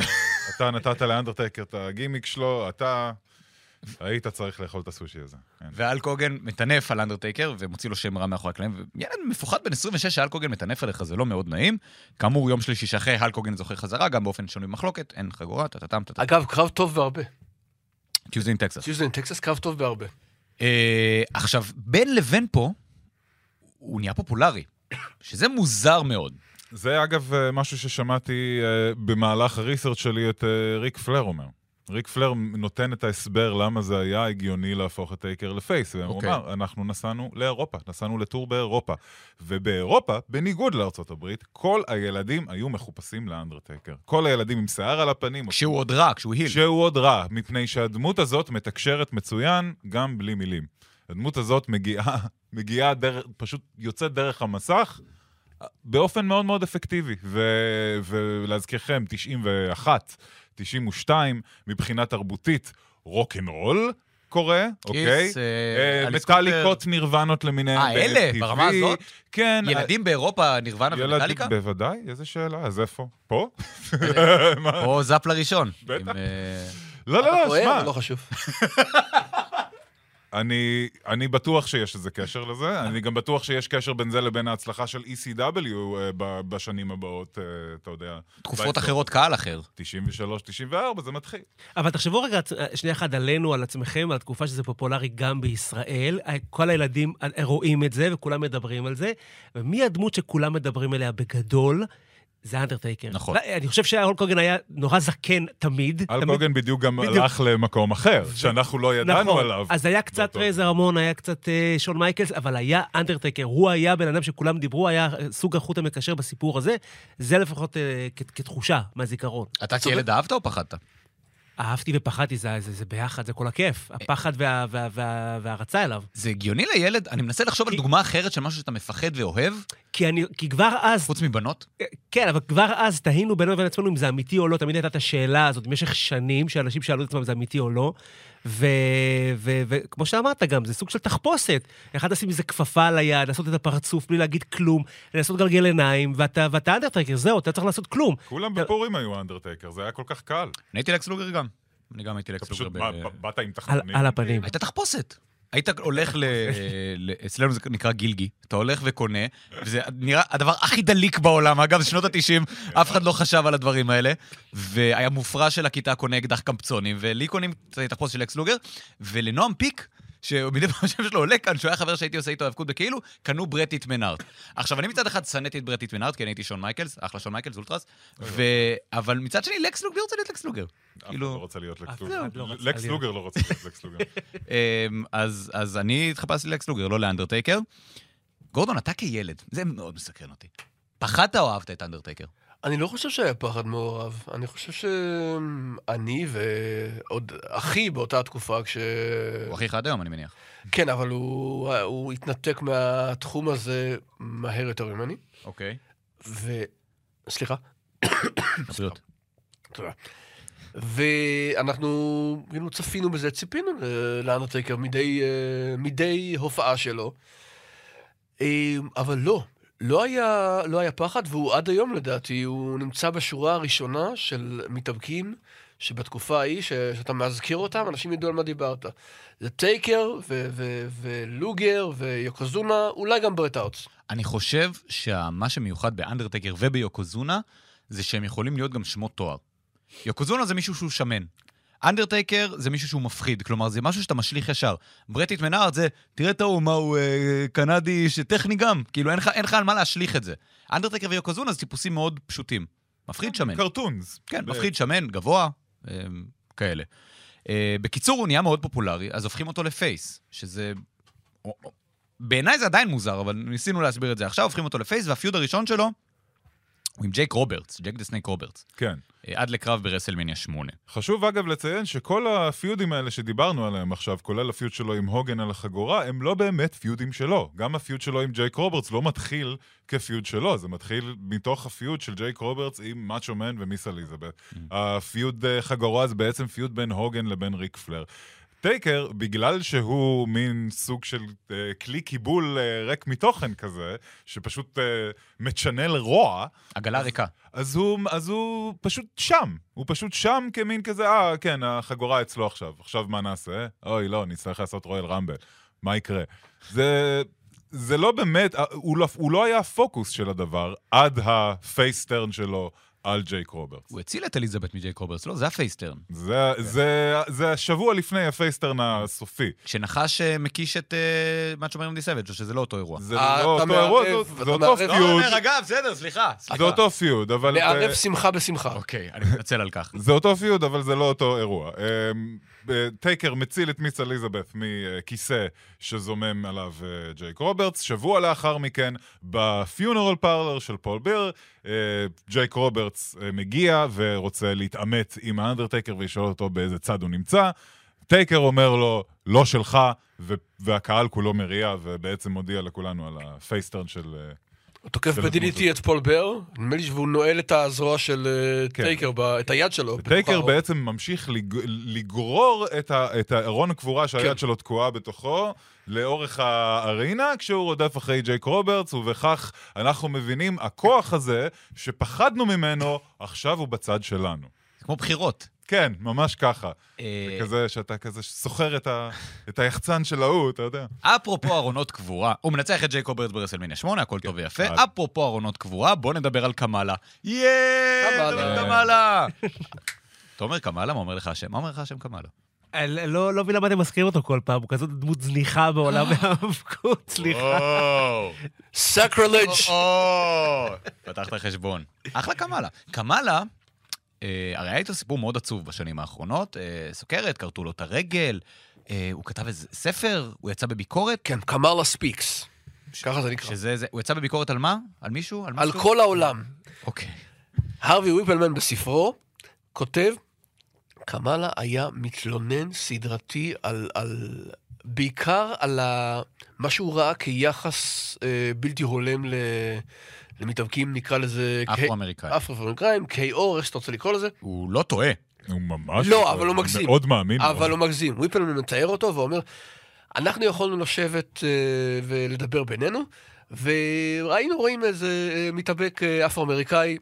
אתה נתת לאנדרטקר את הגימיק שלו, אתה היית צריך לאכול את הסושי הזה. כן. ואל קוגן מטנף על אנדרטייקר ומוציא לו שם רע מאחורי הקלעים. וילד מפוחד בן 26 שאל קוגן מטנף עליך, זה לא מאוד נעים. כאמור, יום שלישי שאחרי, אל קוגן זוכה חזרה, גם באופן שנוי במחלוקת, אין חגורה, טה-טה-טם, טה-טה. אגב, קרב טוב בהרבה. טיוזין טקסס. סיוזן טקסס קרב טוב בהרבה. אה, עכשיו, בין לבין פה, הוא נהיה פופולרי, שזה מוזר מאוד. זה אגב אה, משהו ששמעתי אה, במהלך הריסרצ' שלי את אה, ריק פלר אומר. ריק פלר נותן את ההסבר למה זה היה הגיוני להפוך את טייקר לפייס, והוא אוקיי. אמר, אנחנו נסענו לאירופה, נסענו לטור באירופה. ובאירופה, בניגוד לארצות הברית, כל הילדים היו מחופשים לאנדרטייקר. כל הילדים עם שיער על הפנים, כשהוא עוד רע, כשהוא היל. שהוא עוד רע, מפני שהדמות הזאת מתקשרת מצוין גם בלי מילים. הדמות הזאת מגיעה, מגיעה דרך, פשוט יוצאת דרך המסך באופן מאוד מאוד אפקטיבי. ו, ולהזכירכם, 91, 92, מבחינה תרבותית, רוקנרול, קורה, אוקיי? אה, אליס מטאליקות קופר. נירוואנות למיניהן. אה, אלה, ב-MTV. ברמה הזאת? כן. ילדים באירופה, נירוונה ילדים, ומטאליקה? בוודאי, איזה שאלה, אז איפה? פה? מה? או זאפ לראשון. בטח. עם, אה, לא, לא, לא, רואה, שמע, אבל לא חשוב. אני, אני בטוח שיש איזה קשר לזה, אני גם בטוח שיש קשר בין זה לבין ההצלחה של ECW אה, ב- בשנים הבאות, אה, אתה יודע. תקופות אחרות, קהל אחר. 93, 94, זה מתחיל. אבל תחשבו רגע, אה, שנייה אחת עלינו, על עצמכם, על התקופה שזה פופולרי גם בישראל. אה, כל הילדים אה, רואים את זה וכולם מדברים על זה. ומי הדמות שכולם מדברים עליה בגדול? זה האנדרטייקר. אה, נכון. אני חושב שהאול קוגן היה נורא זקן תמיד. אל תמיד- קוגן בדיוק גם בדיוק. נכון. הלך למקום אחר, שאנחנו לא ידענו עליו. אז היה קצת באותו- רייזר המון, היה קצת אה, שון מייקלס, אבל היה אנדרטקר. הוא היה בן אדם שכולם דיברו, היה אה, סוג החוט המקשר בסיפור הזה. זה לפחות אה, כ- כתחושה מהזיכרון. אתה כילד אהבת או פחדת? אהבתי ופחדתי, זה, זה, זה ביחד, זה כל הכיף. הפחד וה, וה, וה, וההערצה אליו. זה הגיוני לילד? אני מנסה לחשוב על דוגמה אחרת של משהו שאתה מפחד ואוהב, כי, אני, כי כבר אז, חוץ מבנות. כן, אבל כבר אז תהינו בינינו לבין עצמנו אם זה אמיתי או לא. תמיד הייתה את השאלה הזאת במשך שנים, שאנשים שאלו את עצמם אם זה אמיתי או לא. וכמו ו- ו- כמו שאמרת גם, זה סוג של תחפושת. אחד לשים איזה כפפה על היד, לעשות את הפרצוף בלי להגיד כלום, לנסות לגלגל עיניים, ואתה ואתה אנדרטרקר, זהו, אתה צריך לעשות כלום. כולם אתה- בפורים היו אנדרטייקר, זה היה כל כך קל. אני הייתי לקס לוגר גם. אני גם הייתי אתה לקס פשוט לוגר. ב- בא- ב- באת עם על, תחתונים. על הפנים. הייתה תחפושת. היית הולך ל... ל- אצלנו זה נקרא גילגי, אתה הולך וקונה, וזה נראה הדבר הכי דליק בעולם, אגב, שנות ה-90, אף אחד לא חשב על הדברים האלה, והיה מופרע של הכיתה קונה אקדח קמפצונים, ולי קונים את התחפושת של אקס לוגר, ולנועם פיק, שמדי פעם השם שלו עולה כאן, שהוא היה חבר שהייתי עושה איתו האבקות בכאילו, קנו ברטיט מנארט. עכשיו, אני מצד אחד שנאתי את ברטיט מנארט, כי אני הייתי שון מייקלס, אחלה שון מייקלס, אולטרס, ו... אבל מצד שני, לקס לוגר רוצה להיות לקס לוגר. אף אחד לא כאילו, רוצה להיות אף לקס אחד לוגר. לא רצה לקס להיות. לוגר לא רוצה להיות לקס לוגר. אמ, אז, אז אני התחפשתי לאקס לוגר, לא לאנדרטייקר. גורדון, אתה כילד, זה מאוד מסקרן אותי. פחדת או אהבת את אנדרטייקר? אני לא חושב שהיה פחד מעורב. אני חושב שאני ועוד אחי באותה התקופה, כש... הוא הכי חד היום, אני מניח. כן, אבל הוא, הוא התנתק מהתחום הזה מהר יותר ממני. אוקיי. ו... סליחה. הבריאות. תודה. ואנחנו כאילו צפינו בזה, ציפינו ל- לאנדרטייקר מדי, אה, מדי הופעה שלו. אה, אבל לא, לא היה, לא היה פחד, והוא עד היום לדעתי, הוא נמצא בשורה הראשונה של מתאבקים, שבתקופה ההיא, ש, שאתה מזכיר אותם, אנשים ידעו על מה דיברת. זה טייקר, ו- ו- ולוגר, ויוקוזונה, אולי גם ברט אאוטס. אני חושב שמה שמיוחד באנדרטייקר וביוקוזונה, זה שהם יכולים להיות גם שמות תואר. יוקוזונה זה מישהו שהוא שמן. אנדרטייקר זה מישהו שהוא מפחיד, כלומר זה משהו שאתה משליך ישר. ברטיט מנארד זה, תראה את ההוא, מה הוא אה, קנדי שטכני גם, כאילו אין לך- אין לך על מה להשליך את זה. אנדרטייקר ויוקוזונה זה טיפוסים מאוד פשוטים. מפחיד שמן. קרטונס. כן, ב- מפחיד, שמן, גבוה, אה, כאלה. אה, בקיצור, הוא נהיה מאוד פופולרי, אז הופכים אותו לפייס, שזה... או- או- בעיניי זה עדיין מוזר, אבל ניסינו להסביר את זה עכשיו, הופכים אותו לפייס, והפיוד הראשון שלו הוא עם ג'ייק רוברטס, ג'ייק דה סנייק רוברטס, כן. אה, עד לקרב ברסלמניה 8. חשוב אגב לציין שכל הפיודים האלה שדיברנו עליהם עכשיו, כולל הפיוד שלו עם הוגן על החגורה, הם לא באמת פיודים שלו. גם הפיוד שלו עם ג'ייק רוברטס לא מתחיל כפיוד שלו, זה מתחיל מתוך הפיוד של ג'ייק רוברטס עם מאצ'ו מן ומיס אליזבת. הפיוד אה, חגורה זה בעצם פיוד בין הוגן לבין ריק פלר. טייקר, בגלל שהוא מין סוג של אה, כלי קיבול אה, ריק מתוכן כזה, שפשוט אה, מצ'נל רוע, עגלה ריקה. אז הוא, אז הוא פשוט שם, הוא פשוט שם כמין כזה, אה, כן, החגורה אצלו עכשיו, עכשיו מה נעשה? אוי, לא, נצטרך לעשות רויאל רמבל, מה יקרה? זה, זה לא באמת, אה, הוא לא, הוא לא היה הפוקוס של הדבר עד הפייסטרן שלו על ג'ייק רוברטס. הוא הציל את אליזבת מג'ייק רוברטס, לא? זה הפייסטרן. זה, כן. זה, זה השבוע לפני הפייסטרן הסופי. כשנחש אה, מקיש את אה, מאצ'ו מן די סבג' או שזה לא אותו אירוע. זה אה, לא אתה אותו אירוע, מערב, זה- אתה זה אותו מערב. לא, אני פיוד, אומר, אגב, בסדר, סליחה. סליחה. זה אותו פיוד, אבל... לערב שמחה בשמחה. אוקיי, אני מתנצל על כך. זה אותו פיוד, אבל זה לא אותו אירוע. אמ, אה, טייקר מציל את מיס אליזבת מכיסא שזומם עליו אה, ג'ייק רוברטס. שבוע לאחר מכן, בפיונרל פארלר של פול ביר, אה, ג'ייק רוברטס אה, מגיע ורוצה להתעמת עם האנדרטייקר וישאל אותו באיזה צד הוא נמצא. טייקר אומר לו, לא שלך, ו- והקהל כולו מריע, ובעצם מודיע לכולנו על הפייסטרן של... אה, הוא תוקף ולדמות הזאת. ב-DDT את פול בר, נדמה לי שהוא נועל את הזרוע של אה, כן. טייקר, ב- את היד שלו. בתוך טייקר האור. בעצם ממשיך לג... לגרור את, ה... את הארון הקבורה שהיד כן. שלו תקועה בתוכו לאורך הארינה, כשהוא רודף אחרי ג'ייק רוברטס, ובכך אנחנו מבינים, הכוח הזה שפחדנו ממנו, עכשיו הוא בצד שלנו. זה כמו בחירות. כן, ממש ככה. אה, כזה שאתה כזה סוחר את, ה... את היחצן של ההוא, אתה יודע. אפרופו ארונות קבורה, הוא מנצח את ג'ייק רוברטס ברסלמניה 8, הכל טוב ויפה. אה. אפרופו ארונות קבורה, בוא נדבר על קמאלה. יאיי, קמאלה. קמאלה. אתה אומר קמאלה, מה אומר לך השם? מה אומר לך השם קמאלה? אה, לא לא מבין למה אתם מזכירים אותו כל פעם, הוא כזאת דמות זניחה בעולם ההאבקות, סליחה. וואו. סקרילג' או, פתחת חשבון. אחלה קמאלה. קמאלה, אה, הרי היה איתו סיפור מאוד עצוב בשנים האחרונות. אה, סוכרת, כרתו לו את הרגל, אה, הוא כתב איזה ספר, הוא יצא בביקורת. כן, קמאלה ספיקס. ככה זה נקרא. שזה, זה, הוא יצא בביקורת על מה? על מישהו? על משהו? על כל העולם. אוקיי. הרווי ויפלמן בספרו כותב, קמאלה היה מתלונן סדרתי על, על בעיקר על ה, מה שהוא ראה כיחס אה, בלתי הולם ל, למתאבקים, נקרא לזה... כ- אפרו-אמריקאים. אפרו-אמריקאים, KO, איך שאתה רוצה לקרוא לזה. הוא לא טועה. הוא ממש... לא, אבל הוא מגזים. מאוד מאמין. אבל הוא מגזים. ויפלמן מתאר אותו ואומר, אנחנו יכולנו לשבת אה, ולדבר בינינו, והיינו רואים איזה אה, מתאבק אה, אפרו-אמריקאי,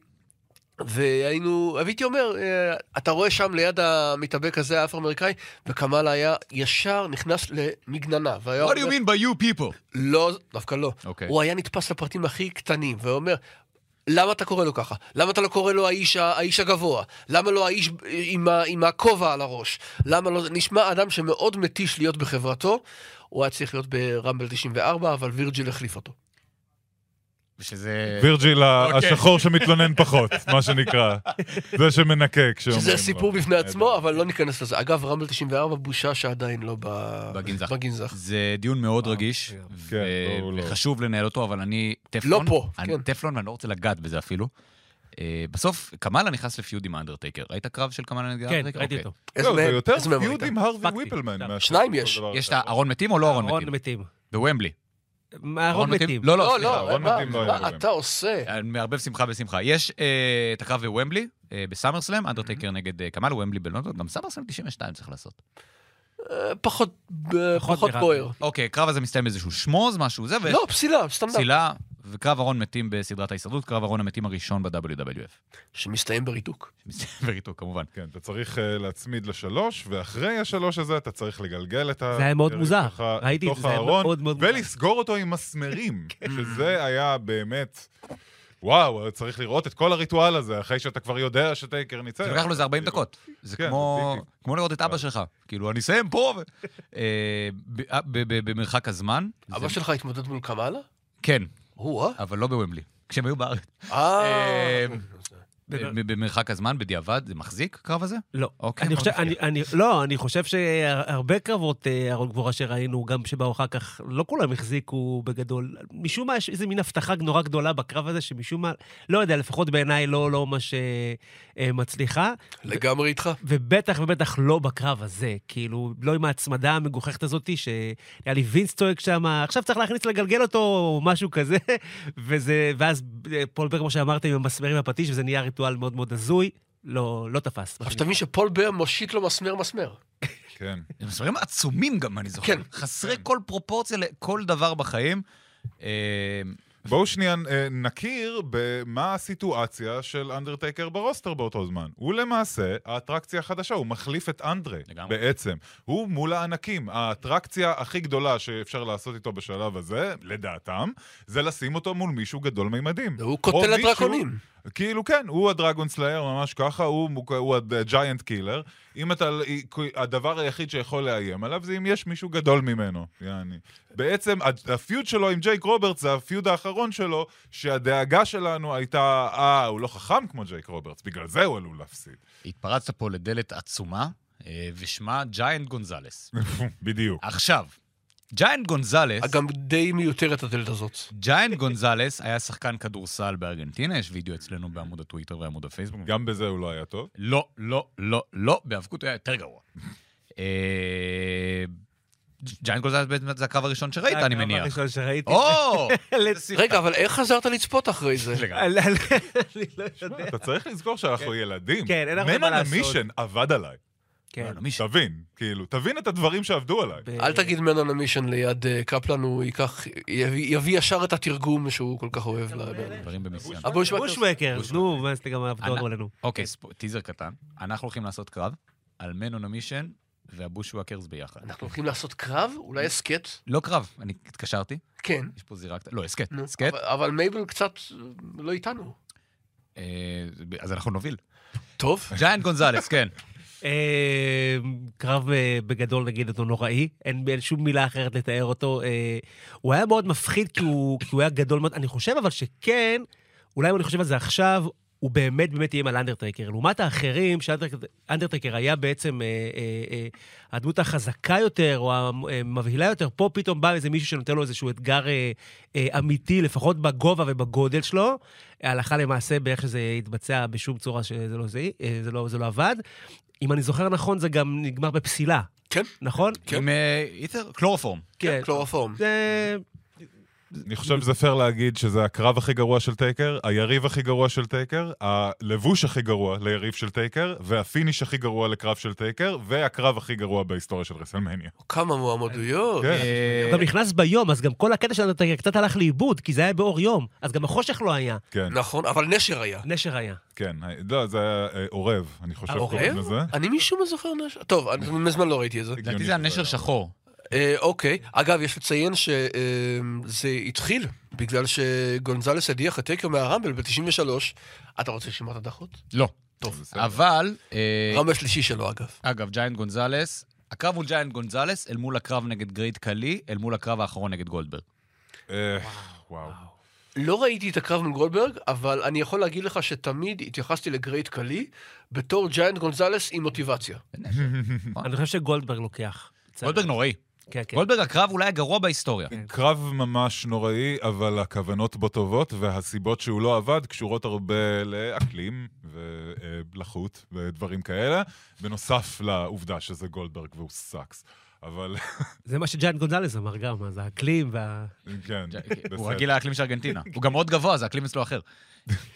והיינו, והייתי אומר, אה, אתה רואה שם ליד המתאבק הזה האפרו-אמריקאי, וקמאל היה ישר נכנס למגננה. והיה What do אומר, you mean by you people? לא, דווקא לא. אוקיי. הוא היה נתפס לפרטים הכי קטנים, ואומר, למה אתה קורא לו ככה? למה אתה לא קורא לו האיש, ה- האיש הגבוה? למה לא האיש עם, ה, עם הכובע על הראש? למה לא... נשמע אדם שמאוד מתיש להיות בחברתו. הוא היה צריך להיות ברמבל 94, אבל וירג'יל החליף אותו. שזה... וירג'יל ה- אוקיי. השחור שמתלונן פחות, מה שנקרא. זה אוקיי, שמנקה כשאומרים שזה לו. אה, סיפור בפני עצמו, אבל לא ניכנס לזה. אגב, רמבל 94, בושה שעדיין לא ב... בגנזך. לא, בגנזך. זה דיון מאוד רגיש, ו- כן, לא, לא. וחשוב לנהל אותו, אבל אני טפלון. לא פה, אני כן. טפלון ואני לא רוצה לגעת בזה אפילו. אה, בסוף, קמאלה נכנס לפיוד עם האנדרטייקר. ראית קרב של קמאלה נגד כן, האנדרטייקר? ראיתי אוקיי. אותו. איזה לא, זה מהם- יותר איזה מהם פיוד ראית? עם הרווי פאקינג, ויפלמן. שניים. מאשר שניים כל יש. דבר יש את אחר. הארון מתים או לא ארון ארון מתים? מתים. בוומבלי. ארון מתים. לא, לא, לא, סליחה. לא, רון מה- מתאים לא היה מה רואים. אתה עושה? אני מערבב שמחה בשמחה. יש אה, את הקרב בוומבלי, אה, בסאמרסלאם, אנדרטייקר נגד אה, קמאלה, וומבלי בלונדון, גם סאמרסלאם 92 צריך לעשות. כן. אה, פחות אה, פחות פחות נראה. בוער. אוקיי, הקרב הזה מסתיים באיזשהו שמוז, משהו זה, ויש לא, פסילה, סתם דם. פסילה וקרב ארון מתים בסדרת ההישרדות, קרב ארון המתים הראשון ב-WWF. שמסתיים בריתוק. וריתוק כמובן. כן, אתה צריך אה, להצמיד לשלוש, ואחרי השלוש הזה אתה צריך לגלגל את ה... זה היה מאוד מוזר. לתוך ה- ראיתי את לתוך זה, זה היה הארון, מאוד מאוד מוזר. כן. ולסגור אותו עם מסמרים, שזה היה באמת... וואו, צריך לראות את כל הריטואל הזה, אחרי שאתה כבר יודע שטייקר ניצח. זה לוקח לו איזה 40 דקות. זה כן, כמו בדיוק. כמו לראות את אבא שלך. כאילו, אני אסיים פה. ו- אה, ב- אה, ב- ב- במרחק הזמן. אבא זה- שלך התמודד מול קמאלה? כן, הוא, אה? אבל לא בוומבלי. כשהם היו בארץ. אה... אמ, ב- במרחק הזמן, בדיעבד, זה מחזיק, הקרב הזה? לא. אוקיי, אני מאוד חושב, מפתיע. אני, אני, לא, אני חושב שהרבה קרבות אה, אהרון גבורה שראינו, גם שבאו אחר כך, לא כולם החזיקו בגדול. משום מה, יש איזו מין הבטחה נורא גדולה בקרב הזה, שמשום מה, לא יודע, לפחות בעיניי לא, לא ממש אה, אה, מצליחה, לגמרי איתך. ובטח ובטח לא בקרב הזה. כאילו, לא עם ההצמדה המגוחכת הזאת, שהיה לי וינס צועק שם, עכשיו צריך להכניס לגלגל אותו, או משהו כזה, וזה, ואז אה, פולבר, כמו שאמרתם, עם המסמרים והפטיש, וזה נהיה ריטואל מאוד מאוד הזוי. לא, לא תפס. אבל שתבין שפול בר מושיט לו מסמר מסמר. כן. הם מספרים עצומים גם, אני זוכר. כן. חסרי כל פרופורציה לכל דבר בחיים. אה, בואו שנייה אה, נכיר במה הסיטואציה של אנדרטייקר ברוסטר באותו זמן. הוא למעשה האטרקציה החדשה, הוא מחליף את אנדרי לגמרי. בעצם. הוא מול הענקים. האטרקציה הכי גדולה שאפשר לעשות איתו בשלב הזה, לדעתם, זה לשים אותו מול מישהו גדול מימדים. והוא או קוטל מישהו- הדרקונים. כאילו כן, הוא הדרגון סלייר, ממש ככה, הוא, מוק- הוא הג'יינט קילר. אם אתה, הדבר היחיד שיכול לאיים עליו זה אם יש מישהו גדול ממנו, יעני. בעצם ה- הפיוד שלו עם ג'ייק רוברטס זה הפיוד האחרון שלו, שהדאגה שלנו הייתה, אה, הוא לא חכם כמו ג'ייק רוברטס, בגלל זה הוא עלול להפסיד. התפרצת פה לדלת עצומה, אה, ושמה ג'יינט גונזלס. בדיוק. עכשיו, ג'יינט גונזלס... גם די מיותרת הדלת הזאת. ג'יינט גונזלס היה שחקן כדורסל בארגנטינה, יש וידאו אצלנו בעמוד הטוויטר ועמוד הפייסבוק. גם בזה הוא לא היה טוב. לא, לא, לא, לא, באבקות הוא היה יותר גרוע. אה, ג'יינט גולדזייט בעצם זה הקרב הראשון שראית, אני הקרב מניח. הראשון שראיתי. או! רגע, אבל איך חזרת לצפות אחרי זה? לגמרי. אני לא יודע. אתה צריך לזכור שאנחנו ילדים. כן, אין הרבה מה לעשות. Man on a mission עבד עליי. כן. לא, מי ש- תבין, כאילו, תבין את הדברים שעבדו עליי. אל תגיד מן on a mission ליד אה, קפלן, הוא ייקח, יביא יביא ישר את התרגום שהוא כל כך אוהב. לבן. דברים במסגרת. הבוש- בושווקר, נו, מה עשית גם עבדו עלינו. אוקיי, ספו- טיזר קטן. אנחנו הולכים לעשות קרב על מן און המישן והבושווקרס ביחד. אנחנו הולכים לעשות קרב? אולי הסכת? לא קרב, אני התקשרתי, כן. יש פה זירה קטנה, לא, הסכת, נו, הסכת, אבל- אבל מייבל קצת אה, לא איתנו. אה, אז אנחנו נוביל. טוב. ג'יינט גונזלס, כן. אה, קרב אה, בגדול נגיד אותו נוראי, אין אין שום מילה אחרת לתאר אותו. אה, הוא היה מאוד מפחיד כי הוא כי הוא היה גדול מאוד, אני חושב אבל שכן, אולי אם אני חושב על זה עכשיו, הוא באמת באמת איים על אנדרטייקר. לעומת האחרים, שאנדרטייקר היה בעצם אה, אה, אה, הדמות החזקה יותר או אה, המבהילה יותר, פה פתאום בא איזה מישהו שנותן לו איזשהו אתגר אה, אה, אמיתי, לפחות בגובה ובגודל שלו, הלכה למעשה באיך שזה התבצע בשום צורה שזה לא, זה, אה, זה לא, זה לא עבד. אם אני זוכר נכון, זה גם נגמר בפסילה, כן, נכון? עם אה, אית'ר? קלורפורם. כן. קלורופורם. זה... אני חושב שזה פייר להגיד שזה הקרב הכי גרוע של טייקר, היריב הכי גרוע של טייקר, הלבוש הכי גרוע ליריב של טייקר, והפיניש הכי גרוע לקרב של טייקר, והקרב הכי גרוע בהיסטוריה של רסלמניה. כמה מועמדויות. כן. אה, הוא גם נכנס ביום, אז גם כל הקטע של הנתניה קצת הלך לאיבוד, כי זה היה באור יום, אז גם החושך לא היה, כן, נכון, אבל נשר היה. נשר היה. כן. לא, זה היה אה, עורב, אני חושב העורב? קוראים לזה. כן? אני משום מה זוכר נשר. טוב, אני מזמן לא ראיתי את זה. לדעתי זה הנשר שחור. אה, אוקיי. אגב, יש לציין שזה התחיל בגלל שגונזלס הדיח את טייקר מהרמבל ב-93. אתה רוצה לשמוע את הדחות? לא. טוב, בסדר. אבל, אה, רמבל שלישי שלו, אגב. אגב, ג'יינט גונזלס, הקרב מול ג'יינט גונזלס, אל מול הקרב נגד גרייט קלי, אל מול הקרב האחרון נגד גולדברג. אה, וואו. לא ראיתי את הקרב מול גולדברג, אבל אני יכול להגיד לך שתמיד התייחסתי לגרייט קלי בתור ג'יינט גונזלס עם מוטיבציה. אני חושב שגולדברג לוקח. גולדברג נוראי. כן, כן. גולדברג הקרב אולי הגרוע בהיסטוריה. קרב ממש נוראי, אבל הכוונות בו טובות, והסיבות שהוא לא עבד קשורות הרבה לאקלים ולחות ודברים כאלה, בנוסף לעובדה שזה גולדברג והוא סאקס. אבל זה מה שג'יינט גונזלס אמר גם, אז האקלים וה... כן, הוא בסדר. רגיל לאקלים של ארגנטינה. הוא גם מאוד גבוה, אז האקלים אצלו אחר.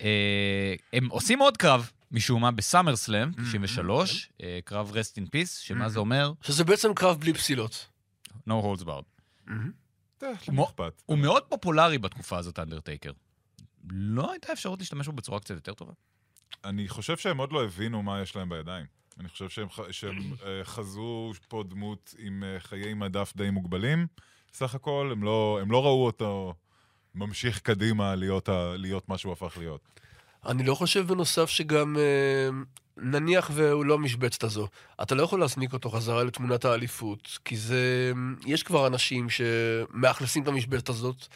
אה, הם עושים עוד קרב, משום מה, בסאמר סלאם, Mm-hmm. 93, אה, קרב רסט אין פיס, שמה זה אומר? שזה בעצם קרב בלי פסילות. No holds barred. אה, מו- לא אכפת. הוא מאוד פופולרי בתקופה הזאת, אנדרטייקר. לא הייתה אפשרות להשתמש בו בצורה קצת יותר טובה. אני חושב שהם עוד לא הבינו מה יש להם בידיים. אני חושב שהם, ח- שהם אה, חזו פה דמות עם אה, חיי מדף די מוגבלים. סך הכל, הם לא, הם לא ראו אותו ממשיך קדימה להיות, ה, להיות מה שהוא הפך להיות. אני לא חושב בנוסף שגם אה, נניח והוא לא המשבצת הזו, אתה לא יכול להזניק אותו חזרה לתמונת האליפות, כי זה... יש כבר אנשים שמאכלסים את המשבצת הזאת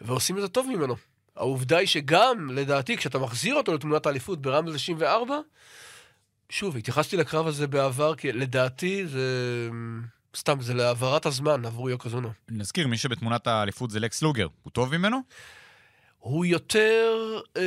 ועושים את זה טוב ממנו. העובדה היא שגם, לדעתי, כשאתה מחזיר אותו לתמונת האליפות ברמבל 94, שוב, התייחסתי לקרב הזה בעבר, כי לדעתי זה... סתם, זה להעברת הזמן עבור יוקוזונו. נזכיר, מי שבתמונת האליפות זה לקס לוגר. הוא טוב ממנו? הוא יותר... אה,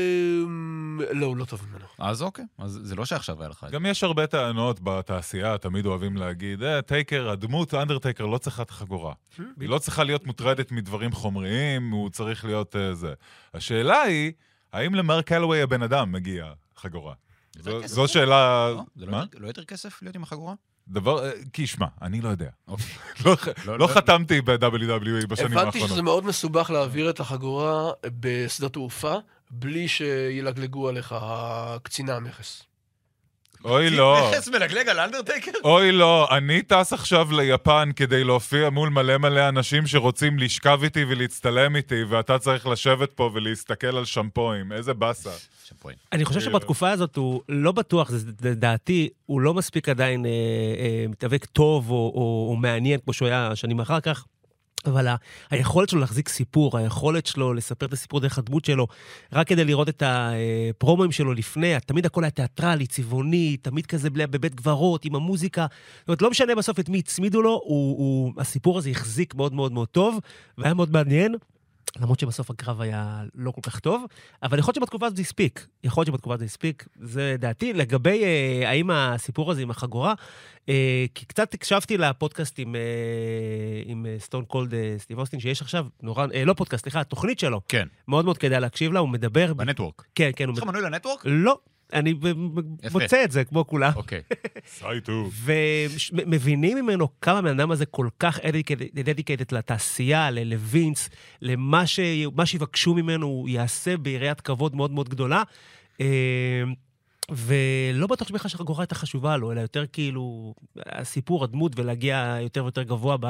לא, הוא לא טוב ממנו. אז אוקיי. אז זה לא שעכשיו היה לך את זה. גם יש הרבה טענות בתעשייה, תמיד אוהבים להגיד, אה, טייקר, הדמות, אנדרטייקר לא צריכה את החגורה. היא לא צריכה להיות מוטרדת מדברים חומריים, הוא צריך להיות אה, זה. השאלה היא, האם למרק הלווי הבן אדם מגיע חגורה? זו- כסף, זו לא? שאלה... לא? זה לא מה? יותר- לא יותר כסף להיות עם החגורה? דבר, אה, כי שמע, אני לא יודע. אוקיי. לא- לא- לא לא- חתמתי ב-WWE בשנים הבנתי שזה האחרונות. מאוד מסובך להעביר את החגורה בשדה תעופה, בלי שילגלגו עליך קציני המכס. אוי לא, נכס מלגלג על אנדרטייקר? אוי לא, אני טס עכשיו ליפן כדי להופיע מול מלא מלא אנשים שרוצים לשכב איתי ולהצטלם איתי, ואתה צריך לשבת פה ולהסתכל על שמפוים, איזה באסה. שמפוין. אני חושב שבתקופה הזאת הוא לא בטוח, זה זה דעתי, הוא לא מספיק עדיין אה, אה, מתאבק טוב או, או, או מעניין כמו שהוא היה שנים אחר כך. אבל ה- היכולת שלו להחזיק סיפור, היכולת שלו לספר את הסיפור דרך הדמות שלו, רק כדי לראות את הפרומואים שלו לפני, תמיד הכל היה תיאטרלי, צבעוני, תמיד כזה בלי- בבית גברות, עם המוזיקה. זאת אומרת, לא משנה בסוף את מי הצמידו לו, הוא, הוא, הסיפור הזה החזיק מאוד מאוד מאוד טוב, והיה מאוד מעניין. למרות שבסוף הקרב היה לא כל כך טוב, אבל יכול להיות שבתקופה הזאת זה הספיק. יכול להיות שבתקופה הזאת זה הספיק, זה דעתי. לגבי אה, האם הסיפור הזה עם החגורה, אה, כי קצת הקשבתי לפודקאסט עם, אה, עם אה, סטון קולד אה, סטיב אוסטין, שיש עכשיו, נורא, אה, לא פודקאסט, סליחה, התוכנית שלו. כן. מאוד מאוד כדאי להקשיב לה, הוא מדבר... ב- בנטוורק. כן, כן, הוא יש לך מדבר... מנוי לנטוורק? לא, אני ב- ב- יפה. מוצא את זה, כמו כולם. אוקיי. סייטו. ומבינים ממנו כמה הבן אדם הזה כל כך דדיקטד לתעשייה, ל- לווינס, למה ש... מה שיבקשו ממנו, הוא יעשה ביריית כבוד מאוד מאוד גדולה. אה, ולא בטוח שבכלל שחגורה הייתה חשובה לו, אלא יותר כאילו הסיפור, הדמות, ולהגיע יותר ויותר גבוה ב...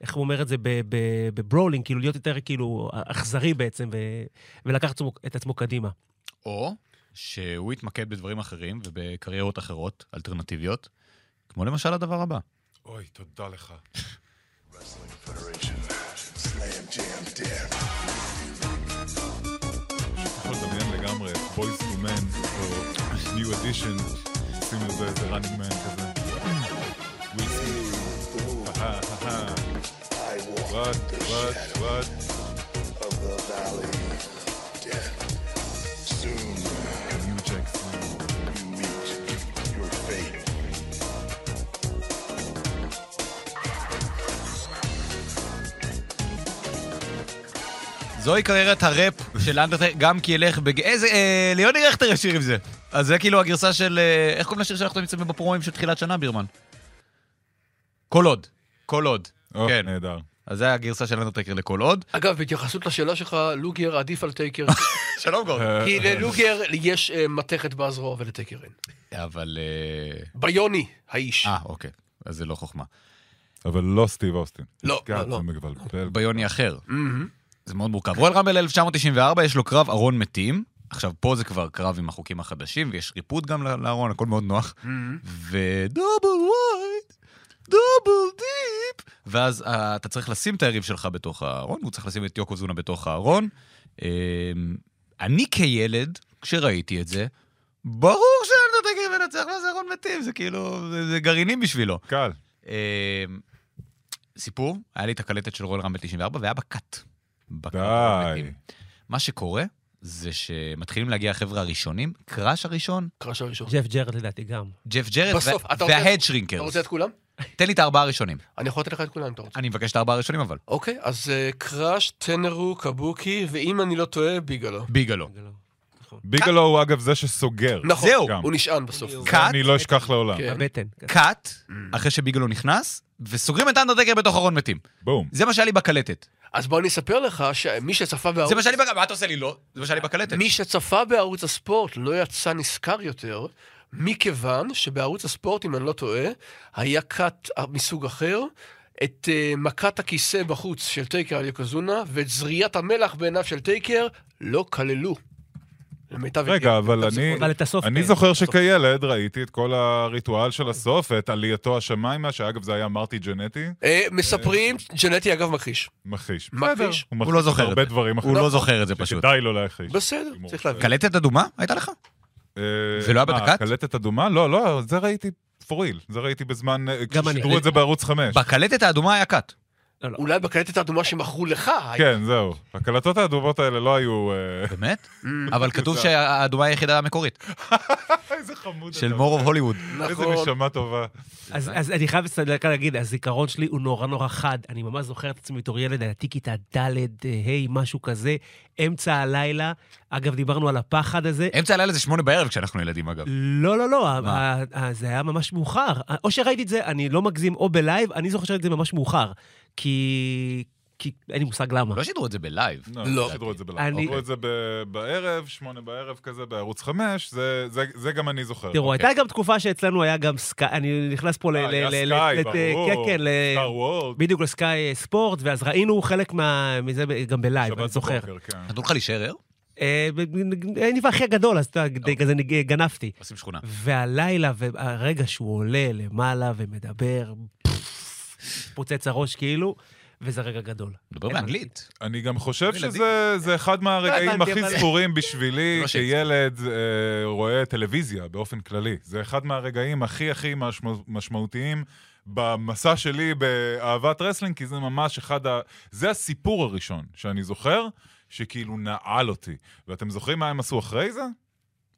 איך הוא אומר את זה? ב- ב- בברולינג, כאילו להיות יותר כאילו אכזרי בעצם, ו- ולקח את עצמו- את עצמו קדימה. או שהוא יתמקד בדברים אחרים ובקריירות אחרות, אלטרנטיביות, כמו למשל הדבר הבא. אוי, תודה לך. יכול לדמיין לגמרי את Boys to Men או New Edition, עושים לזה איזה running man כזה. וויל סמית. אהה, אהה. What, what, what? New Jackson. זוהי קריירת הראפ של אנדרטק, גם כי ילך בג... איזה... אה, ליוני רכטר ישיר עם זה. אז זה כאילו הגרסה של... אה, איך קוראים לשיר שאנחנו נמצאים בפרומים של תחילת שנה, בירמן? כל עוד. כל עוד. או, כן. נהדר. אז זה הגרסה של אנדרטקר לכל עוד. אגב, בהתייחסות לשאלה שלך, לוגר עדיף על טייקר, שלום גורן. כי ללוגר יש אה, מתכת בזרוע ולטייקר אין. אבל... אה, ביוני, האיש. אה, אוקיי. אז זה לא חוכמה. אבל לא סטיב אוסטין. לא, גאד, לא, זה לא. מגבלבל. ביוני אחר. זה מאוד מורכב. רועל רמבל 1994, יש לו קרב ארון מתים. עכשיו, פה זה כבר קרב עם החוקים החדשים, ויש ריפוד גם ל- לארון, הכל מאוד נוח. ודאבל ווייד, דאבל דיפ. ואז אה, אתה צריך לשים את היריב שלך בתוך הארון, והוא צריך לשים את יוקוזונה בתוך הארון. אה, אני כילד, כשראיתי את זה, ברור שאנדרטקר מנצח, מה זה ארון מתים? זה כאילו, זה- זה גרעינים בשבילו. קל. אה, סיפור, היה לי את הקלטת של רול רמבל 94 והיה בה קאט. בקרב די. המתים. מה שקורה זה שמתחילים להגיע החבר'ה הראשונים, קראש הראשון, קרש הראשון. ג'ף ג'רד לדעתי גם. ג'ף ג'רד בסוף, אתה רוצה- וההד אתה שרינקרס. רוצה את כולם? תן לי את הארבעה הראשונים. אני יכול לתת לך את כולם אם אתה רוצה. אני מבקש את הארבעה הראשונים אבל. אוקיי, אז אה, קראש, טנרו, קבוקי, ואם אני לא טועה, ביגלו. ביגלו. ביגלו הוא אגב זה שסוגר. נכון, זהו. גם. הוא נשען בסוף. בדיוק. קאט, אני לא Mm. אשכח לעולם. כן. הבטן. קאט, אחרי שביגלו נכנס, וסוגרים את אנדרטקר בתוך ארון מתים. בום. זה מה שהיה לי בקלטת. אז בוא אני אספר לך שמי שצפה בערוץ... זה מה שהיה לי בקלטת. מה אתה עושה לי לא? זה מה שהיה לי בקלטת. מי שצפה בערוץ הספורט לא יצא נשכר יותר, מכיוון שבערוץ הספורט, אם אני לא טועה, היה קאט מסוג אחר, את uh, מכת הכיסא בחוץ של טייקר על יוקוזונה, ואת זריעת המלח בעיניו של טייקר לא כללו. למיטב רגע, ידיעתי. אבל אני... אבל את הסוף... אני כן. זוכר שכילד ראיתי את כל הריטואל של הסוף, את עלייתו השמיימה, שאגב זה היה מרטי ג'נטי, אה, מספרים, ג'נטי אגב מכחיש. מכחיש. מכחיש. בסדר, הוא לא זוכר את הרבה זה. דברים אחרים. הוא לא זוכר את זה פשוט. שכדאי לא להכחיש. בסדר, צריך להבין. קלטת אדומה הייתה לך? אה, זה לא היה מה, בדקת? קלטת אדומה? לא, לא, זה ראיתי for real. זה ראיתי בזמן... אה, גם אני. שידרו את זה בערוץ 5. בקלטת האדומה היה קאט. אולי בקלטת האדומה שמכרו לך, כן, זהו. הקלטות האדומות האלה לא היו... אה, באמת? אבל כתוב שהאדומה היא היחידה המקורית, איזה חמוד. של אתה. מור אוף הוליווד. איזה נכון. נשמה טובה. אז, אז אני חייב לסדר- רק להגיד, הזיכרון שלי הוא נורא נורא חד. אני ממש זוכר את עצמי בתור ילד, לדעתי כיתה ד', אה, ה', משהו כזה, אמצע הלילה. אגב, דיברנו על הפחד הזה. אה, אמצע הלילה זה שמונה בערב כשאנחנו ילדים אגב. לא, לא, לא, ה- מה? ה- זה היה ממש מאוחר. אה, או שראיתי את זה, אני לא מגזים, או בלייב, אני זוכר שראיתי את זה ממש מאוחר. כי... כי אין לי מושג למה. לא שידרו את זה בלייב. לא. שידרו את זה בלילה. אני- שידרו את זה ב- בערב, שמונה בערב כזה, בערוץ חמש, זה- זה- זה גם אני זוכר. תראו, הייתה גם תקופה שאצלנו היה גם סקאי, אני נכנס פה ל... אוקיי. אה, היה ל- ל- סקאי, לת- ברור. כן, כן, ל- סטאר וורלד. בדיוק לסקאי ספורט, ואז ראינו חלק מה- מזה ב- גם בלייב, שבת אני זוכר. בבוקר, כן. נתנו לך להישאר? אה, אני והאחי הגדול, אז אתה יודע, כזה נג- גנבתי. עושים שכונה. והלילה, והרגע שהוא עולה למעלה ומדבר, פפפ, פוצץ הראש כאילו, וזה רגע גדול. מדבר אין מה להגיד. באנגלית. אני גם חושב ילדים. שזה זה אחד מהרגעים הבנתי, הכי אבל- זכורים בשבילי לא כילד אה, רואה טלוויזיה באופן כללי. זה אחד מהרגעים הכי הכי משמע- משמעותיים במסע שלי באהבת רסלינג, כי זה ממש אחד ה... זה הסיפור הראשון שאני זוכר, שכאילו נעל אותי. ואתם זוכרים מה הם עשו אחרי זה?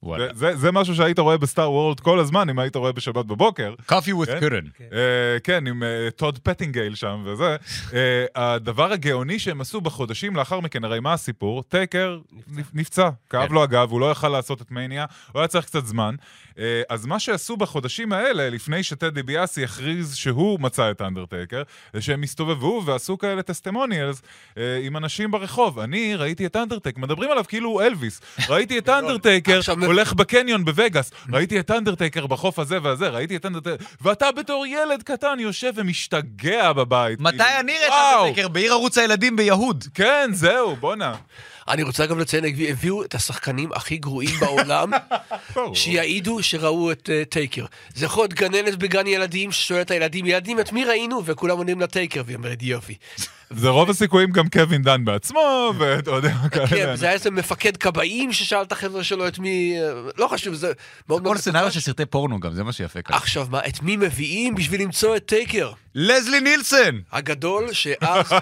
וואלה. זה, זה משהו שהיית רואה בסטאר וורד כל הזמן, אם היית רואה בשבת בבוקר. קאפי ווית כן? קרן. אה, כן, עם אה, טוד פטינגייל שם וזה. אה, הדבר הגאוני שהם עשו בחודשים לאחר מכן, הרי מה הסיפור? טייקר נפ- נפצע, כאב כן. לו הגב, הוא לא יכל לעשות את מניה, הוא היה צריך קצת זמן. אה, אז מה שעשו בחודשים האלה, לפני שטדי ביאסי הכריז שהוא מצא את האנדרטייקר, זה שהם הסתובבו ועשו כאלה טסטימוניאלס אה, עם אנשים ברחוב. אני ראיתי את האנדרטק, מדברים עליו כאילו הוא אלוויס. ראיתי את האנדרטייקר עכשיו- הולך בקניון בווגאס, ראיתי את האנדרטייקר בחוף הזה והזה, ראיתי את האנדרטייקר, ואתה בתור ילד קטן יושב ומשתגע בבית. מתי כאילו, אני אראה את וואו. האנדרטקר? בעיר ערוץ הילדים ביהוד. כן, זהו, בואנה. אני רוצה גם לציין, הביא- הביאו את השחקנים הכי גרועים בעולם, ברור. שיעידו שראו את אה, טייקר. זה יכול להיות גננת בגן ילדים ששואלת את הילדים, ילדים, את מי ראינו? וכולם עונים לטייקר, והיא אומרת, יופי. זה רוב הסיכויים גם קווין דן בעצמו, ואתה יודע, כאלה. כן, זה היה איזה מפקד כבאים ששאל את החבר'ה שלו את מי... אה, לא חשוב, זה מאוד מאוד... כל סצנריו של סרטי פורנו גם, זה מה שיפה כאן. עכשיו, מה, את מי מביאים בשביל למצוא את טייקר? לזלי נילסון! הגדול שאז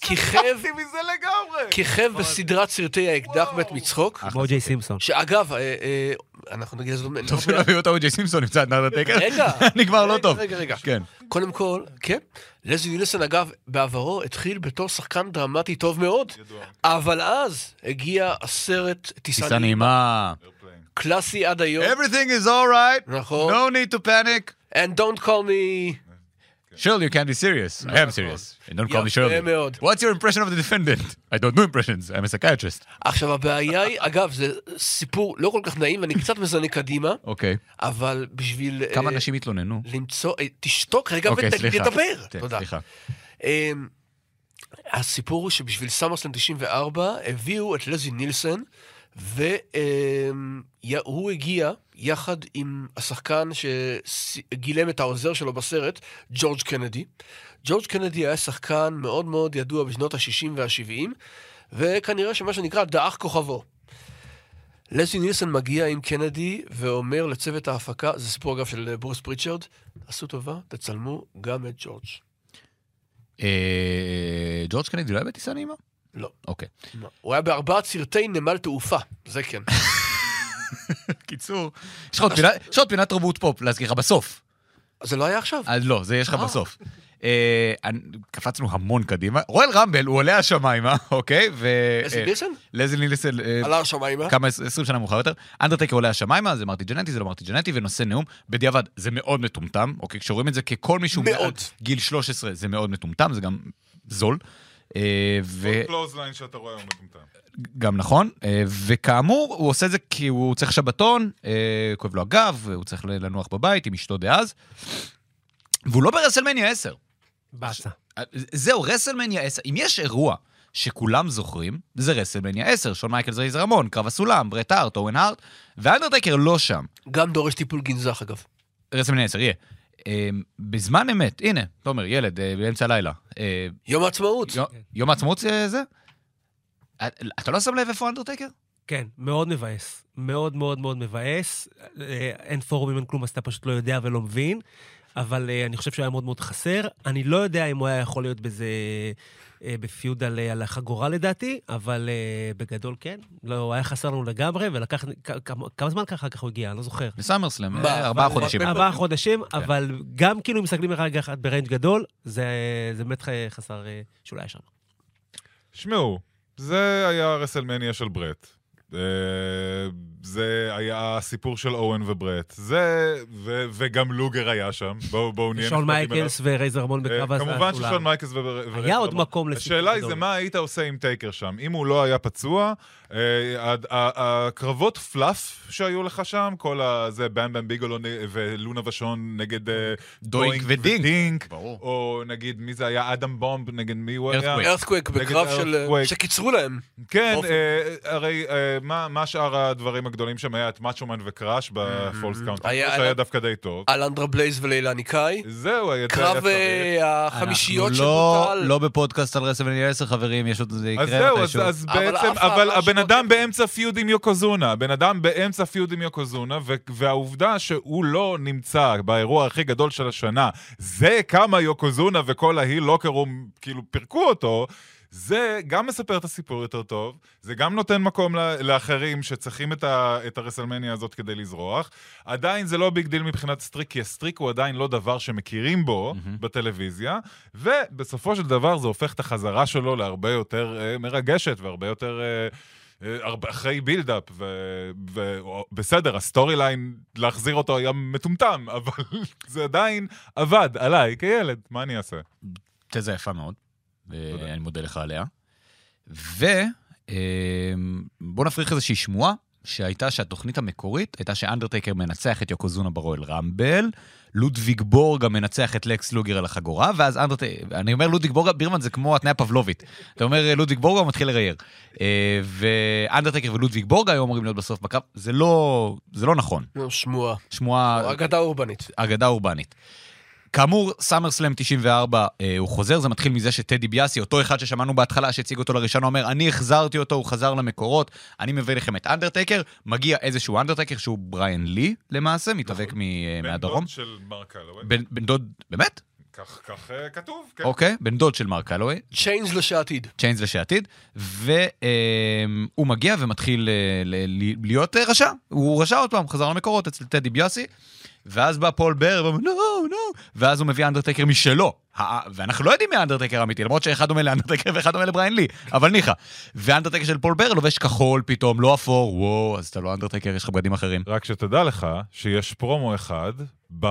כיכב, מזה לגמרי. כיכב בסדרת סרטי האקדח מת מצחוק, כמו ג'יי סימפסון. שאגב, אה, אה, אנחנו נגיד לזה... עוד טוב מעט. שלא הביאו את אוג'י סימפסון נמצא את האנדרטקר. רגע. נגמר לא רגע, טוב. רגע, רגע. כן. קודם כל, כן, לזי יוניסון אגב, בעברו התחיל בתור שחקן דרמטי טוב מאוד, אבל אז הגיע הסרט טיסה טיסה נעימה, נעימה. קלאסי עד היום, Everything is alright. נכון. No need to panic. and don't call me, Shirley, you can't be serious. I am serious. And don't call me יפה Shirley. מאוד. What's your impression of the defendant? I don't do impressions. I'm a psychiatrist. עכשיו הבעיה היא, אגב, זה סיפור לא כל כך נעים, ואני קצת מזנק קדימה, אוקיי. אבל בשביל... כמה אה, אנשים התלוננו? למצוא, אה, תשתוק רגע אוקיי, סליחה. ותדבר, כן, תודה. סליחה. אמ, הסיפור הוא שבשביל סמרסלאם 94 הביאו את לזי נילסון, והוא הגיע יחד עם השחקן שגילם את העוזר שלו בסרט, ג'ורג' קנדי. ג'ורג' קנדי היה שחקן מאוד מאוד ידוע בשנות ה-60 וה-70, וכנראה שמה שנקרא דעך כוכבו. לזי נילסון מגיע עם קנדי ואומר לצוות ההפקה, זה סיפור אגב של ברוס פריצ'רד, עשו טובה, תצלמו גם את ג'ורג'. אה, ג'ורג' קנדי לא היה בטיסה נעימה? לא. אוקיי. לא. הוא היה בארבעה סרטי נמל תעופה, זה כן. קיצור, יש לך עוד פינה- יש לך עוד פינת תרבות פופ, להזכיר לך בסוף. זה לא היה עכשיו. אז לא, זה יש לך אה. בסוף. אה, אני- קפצנו המון קדימה. רואל רמבל, הוא עולה השמיימה, אוקיי? ו- לזי אה, נילסון? לזי נילסון. אה, עלה השמיימה. כמה, 20 שנה מאוחר יותר, אנדרטקר עולה השמיימה, זה מרטי ג'נטי, זה לא מרטי ג'נטי, ונושא נאום, בדיעבד, זה מאוד מטומטם, אוקיי, כשרואים את זה ככל מישהו מאוד. מעל גיל 13, זה מאוד מטומטם, זה גם זול, אה, וגם קלוזליין שאתה רואה היום מטומטם. נכון, אה, וכאמור, הוא עושה את זה כי הוא צריך שבתון, אה, כואב לו הגב, הוא צריך לנוח בבית עם אשתו דאז, והוא לא ברסלמניה 10. באסה. זהו, רסלמניה 10, אם יש אירוע שכולם זוכרים, זה רסלמניה 10, שון מייקל זריז רמון, קרב הסולם, ברט הארט, אורן הארט, והאנדרטקר לא שם. גם דורש טיפול גנזך אגב. רסלמניה 10, יהיה. אה, בזמן אמת, הנה, תומר, ילד, אה, באמצע הלילה. אה, יום העצמאות. יום- כן. יום העצמאות זה זה? אה, אתה לא שם לב איפה האנדרטקר? כן, מאוד מבאס. מאוד מאוד מאוד מבאס. אה, אין פורומים, אין כלום, אז אתה פשוט לא יודע ולא מבין. אבל אה, אני חושב שהוא היה מאוד מאוד חסר. אני לא יודע אם הוא היה יכול להיות בזה, אה, בפיוד על, אה, על החגורה לדעתי, אבל אה, בגדול כן. לא, הוא היה חסר לנו לגמרי, ולקח... כ- כמה- כמה זמן ככה אחר כך הוא הגיע? אני לא זוכר. בסמרסלאם, מה, אה, ארבעה אבל- חודשים. ארבעה חודשים, כן. אבל גם כאילו אם מסתכלים רגע אחד בריינג' גדול, זה זה באמת ח- חסר אה, שהוא לא היה שם. שמעו, זה היה רסלמניה של ברט. אה, זה היה הסיפור של אורן וברט. זה, ו, וגם לוגר היה שם. בואו בואו נהיה שון נחמדים אליו. מייקלס ורייזר המון אה, בקרב כמובן הסולם. ששון מייקלס וברט. היה עוד מקום לסיפור השאלה היא גדול. זה מה היית עושה עם טייקר שם. אם הוא לא היה פצוע, אה, הד- ה- הקרבות פלאף שהיו לך שם, כל הזה, בן בן ביגולו נ- ולונה ושון נגד אה, דוינק ודינק. ברור. או נגיד, מי זה היה? אדם בומב, נגד מי הוא היה? ארת'קווייק. ארת'קוויק נגד בקרב של... Earthquake. שקיצרו להם. כן, באופן- אה, הרי אה, מה מה שאר הדברים הגדולים שם? היה את מאצ'ומן וקראש בפולס קאונט, היה- שהיה דווקא די טוב. אלנדרה בלייז ולאלה לא, ניקאי. זהו, היה את זה היה קרב צריך. אה, החמישיות אנחנו לא, שבוטל. לא בפודקאסט על רסלמניה 10, חברים, יש עוד, זה יקרה אז זהו, אז- מתישהו. אז אבל בעצם, אף פעם אבל לא הבן שמות אדם אפס. באמצע פיוד עם יוקוזונה, הבן אדם באמצע פיוד עם יוקוזונה, ו- והעובדה שהוא לא נמצא באירוע הכי גדול של השנה, זה כמה יוקוזונה וכל ההיל לוקרום, כאילו, פירקו אותו, זה גם מספר את הסיפור יותר טוב, זה גם נותן מקום ל- לאחרים שצריכים את, ה- את הרסלמניה הזאת כדי לזרוח. עדיין זה לא ביג דיל מבחינת סטריק, כי הסטריק הוא עדיין לא דבר שמכירים בו mm-hmm. בטלוויזיה, ובסופו של דבר זה הופך את החזרה שלו להרבה יותר אה, מרגשת והרבה יותר... אה, אה, הרבה- אחרי בילדאפ, ובסדר, הסטורי ליין, להחזיר אותו היה מטומטם, אבל זה עדיין עבד עליי כילד, מה אני אעשה? תזה יפה מאוד, ואני מודה לך עליה. ובוא נפריך איזושהי שמועה שהייתה שהתוכנית המקורית הייתה שאנדרטייקר מנצח את יוקוזונה ברואל רמבל, לודוויג בורג מנצח את לקס לוגר על החגורה, ואז אנדרטייקר, אני אומר לודוויג בורג, בירמן זה כמו התניה פבלובית. אתה אומר אה, לודוויג בורג, הוא מתחיל לראייר. אה, ואנדרטייקר ולודוויג בורג היו אמורים להיות בסוף בקרב, זה לא, זה לא נכון. לא, שמועה. שמועה... אגדה אורבנית. אגדה אורבנית. כאמור, סאמר סלאם 94, אה, הוא חוזר, זה מתחיל מזה שטדי ביאסי, אותו אחד ששמענו בהתחלה, שהציג אותו לראשונה, אומר, אני החזרתי אותו, הוא חזר למקורות, אני מביא לכם את אנדרטייקר, מגיע איזשהו אנדרטייקר שהוא בריאן לי, למעשה, מתאבק מ- אה, בן מהדרום. דוד של מרק הלווי. בן בן דוד, באמת? כך, כך אה, כתוב, כן. אוקיי, בן דוד של מרק הלווי, צ'יינס לשעתיד. צ'יינס לשעתיד, והוא מגיע ומתחיל אה, ל- ל- להיות אה, רשע. הוא רשע עוד פעם, חזר למקורות אצל טדי ביאסי, ואז בא פול בר ואומר, נו, נו, ואז הוא מביא אנדרטקר משלו. הא- ואנחנו לא יודעים מי האנדרטקר האמיתי, למרות שאחד דומה לאנדרטקר ואחד דומה לבריין לי, אבל ניחא. והאנדרטקר של פול בר לובש כחול פתאום, לא אפור, וואו, אז אתה לא אנדרטקר, יש לך בגדים אחרים. רק שתדע לך שיש פרומו אחד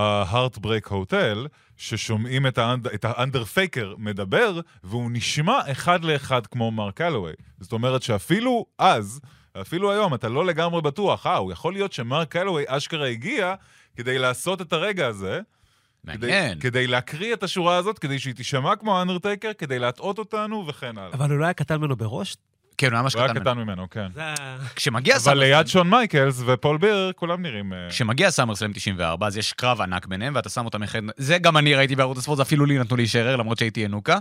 בהארטברייק הוטל, ששומעים את, האנד... את האנדר פייקר מדבר, והוא נשמע אחד לאחד כמו מרק הלווי. זאת אומרת שאפילו אז, אפילו היום, אתה לא לגמרי בטוח, אה, הוא יכול להיות שמרק הלווי אשכרה הגיע כדי לעשות את הרגע הזה. כדי, מעניין. כדי להקריא את השורה הזאת, כדי שהיא תישמע כמו האנדרטייקר, כדי להטעות אותנו וכן הלאה. אבל הוא לא היה קטן ממנו בראש? כן, הוא היה ממש הוא היה קטן. קטן ממנו, כן. זה ה- כשמגיע אבל סאמר ליד שון מייקלס ופול ביר, כולם נראים... אה, כשמגיע סאמרסלאם 94, אז יש קרב ענק ביניהם, ואתה שם אותם אחד... זה גם אני ראיתי בערוץ הספורט, זה אפילו לי נתנו להישאר, למרות שהייתי ינוקה.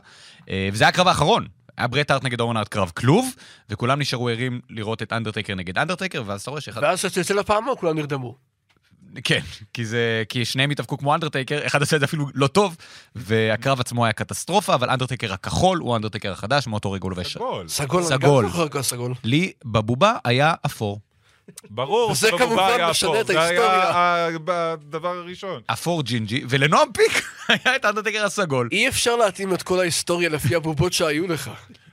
אה, וזה היה הקרב האחרון. היה ברט הארט נגד אורן הארט קרב כלוב, וכולם נשארו ערים לראות את אנדרטייקר נגד אנדרטייקר, ואז אתה רואה שאחד... ואז כשתצא לפעמון כולם נרדמו. כן, כי זה... כי שניהם התאבקו כמו אנדרטייקר, אחד עשה את זה אפילו לא טוב, והקרב עצמו היה קטסטרופה, אבל אנדרטייקר הכחול הוא האנדרטייקר החדש, מאותו רגע הוא לובש... גול. סגול. אני סגול. גם זוכר הכל סגול. לי, בבובה, היה אפור. ברור, וזה שבבובה כמובן היה משנה אפור. את ההיסטוריה. זה היה ה- הדבר הראשון. אפור ג'ינג'י, ולנועם פיק היה את אנדרטייקר הסגול. אי אפשר להתאים את כל ההיסטוריה לפי הבובות שהיו לך.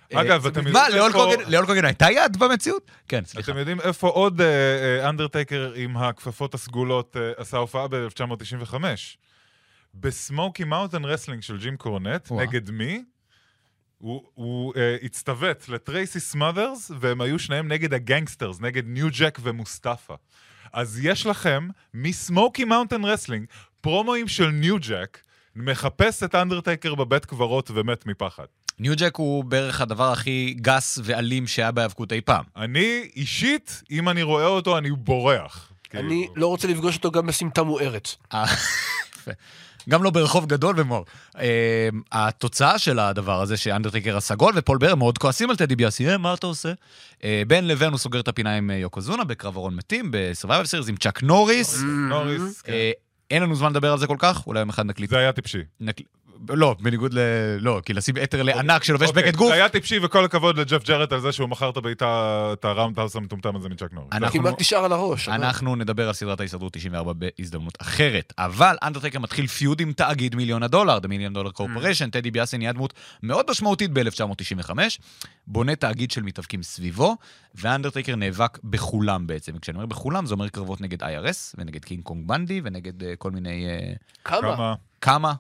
כאילו. אה, אגב, אתם יודעים מה, ליאון איפה- קוגן- ליאון קוגן הייתה יד במציאות? כן, סליחה. אתם יודעים איפה עוד אה, אה, אנדרטייקר עם הכפפות הסגולות אה, עשה הופעה ב-1995? בסמוקי מאוטן רסלינג של ג'ים קורנט, וואו. נגד מי? הוא, הוא אה, הצטוות לטרייסי סמאדרס, והם היו שניהם נגד הגנגסטרס, נגד ניו ג'ק ומוסטפא. אז יש לכם, מסמוקי מאונטן רסלינג, פרומואים של ניו ג'ק, מחפש את אנדרטייקר בבית קברות ומת מפחד. ניו ג'ק הוא בערך הדבר הכי גס ואלים שהיה בהיאבקות אי פעם. אני אישית, אם אני רואה אותו, אני בורח. אני כאילו. לא רוצה לפגוש אותו גם בסמטה מוארת. אה, יפה. גם לא ברחוב גדול ומואר. אה, התוצאה של הדבר הזה, שאנדרטיקר הסגול ופול בר מאוד כועסים על טדי ביאסי, "אה, מה אתה עושה? אה, בין לבין הוא סוגר את הפינה עם אה, יוקוזונה בקרב ארון מתים, בסרווייבל סיריס עם צ'אק נוריס. כן. נוריס, כן. אה, אין לנו זמן לדבר על זה כל כך, אולי יום אחד נקליט... זה היה טיפשי. נק- לא, בניגוד ל... לא, כי לשים אתר לענק שלובש אוקיי, בגד גוף, זה היה טיפשי, וכל הכבוד לג'ף ג'רט על זה שהוא מכר את הבעיטה, את הראונד האוס המטומטם הזה מצ'אק נוריס. אנחנו- כמעט נשאר על הראש. אבל- אנחנו נדבר על סדרת ההסתדרות 94 בהזדמנות אחרת, אבל אנדרטקר מתחיל פיוד עם תאגיד מיליון הדולר, The מיליון דולר קורפוריישן, טדי ביאסי נהיה דמות מאוד משמעותית ב-1995, בונה תאגיד של מתאבקים סביבו, ואנדרטקר נאבק בכולם בעצם. וכשאני אומר בכולם, זה אומר קרבות נגד IRS, ונגד קינג קונג בנדי, ונגד אה, כל מיני... אה, כמה? כמה, כמה? כמה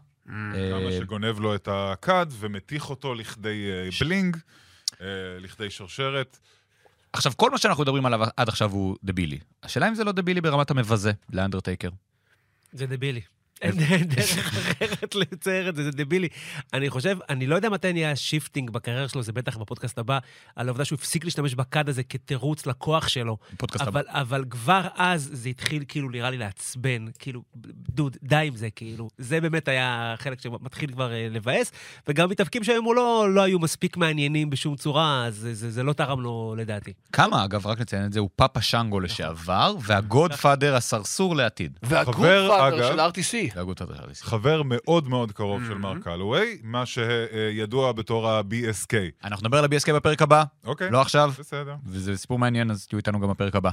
אה, שגונב לו את הכד ומתיך אותו לכדי אה, בלינג, אה, לכדי שרשרת. עכשיו, כל מה שאנחנו מדברים עליו עד עכשיו הוא דבילי. השאלה אם זה לא דבילי ברמת המבזה לאנדרטקר. זה דבילי. אין אין דרך אחרת לצייר את זה, זה דבילי. אני חושב, אני לא יודע מתי נהיה השיפטינג בקריירה שלו, זה בטח בפודקאסט הבא, על העובדה שהוא הפסיק להשתמש בקאד הזה כתירוץ לכוח שלו. פודקאסט הבא. אבל, אבל כבר אז זה התחיל כאילו נראה לי לעצבן, כאילו, דוד, די עם זה, כאילו. זה באמת היה חלק שמתחיל כבר אה, לבאס, וגם מתאבקים שהיום הוא לא, לא היו מספיק מעניינים בשום צורה, אז זה, זה, זה לא תרם לו לדעתי. כמה, אגב, רק נציין את זה, הוא פאפה נכון. שנגו לשעבר, והגודפאדר הסרסור לעתיד. חבר, והגרופאדר אגב- של RTC. זה הגות הדבר הזה. חבר מאוד מאוד קרוב Mm-hmm. של מרק קלווי, מה שידוע בתור ה-BSK. אנחנו נדבר על ה-BSK בפרק הבא, אוקיי. לא עכשיו, בסדר. וזה סיפור מעניין, אז תהיו איתנו גם בפרק הבא.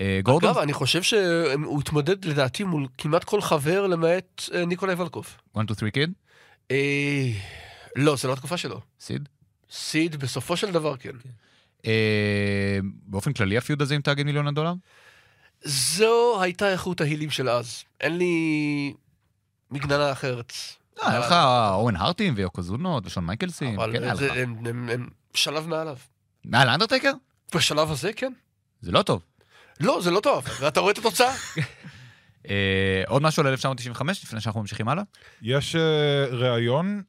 אה, גורדון, אגב, אני חושב שהוא התמודד לדעתי מול כמעט כל חבר למעט אה, ניקולאי ולקוב. 1, 2, 3 קיד, אה, לא, זה לא התקופה שלו. סיד. סיד בסופו של דבר כן. אה, באופן כללי הפיוד הזה עם תאגיד מיליון הדולר? זו הייתה איכות ההילים של אז. אין לי מגננה אחרת. אה, היה לך אורן הרטים ויוקוזונות ושון מייקלסים, אבל כן היה זה- לך. הם- הם הם שלב מעליו. מעל האנדרטייקר? בשלב הזה כן. זה לא טוב. לא, זה לא טוב, ואתה רואה את התוצאה. אה, עוד משהו על 1995, לפני שאנחנו ממשיכים הלאה? יש אה, ראיון,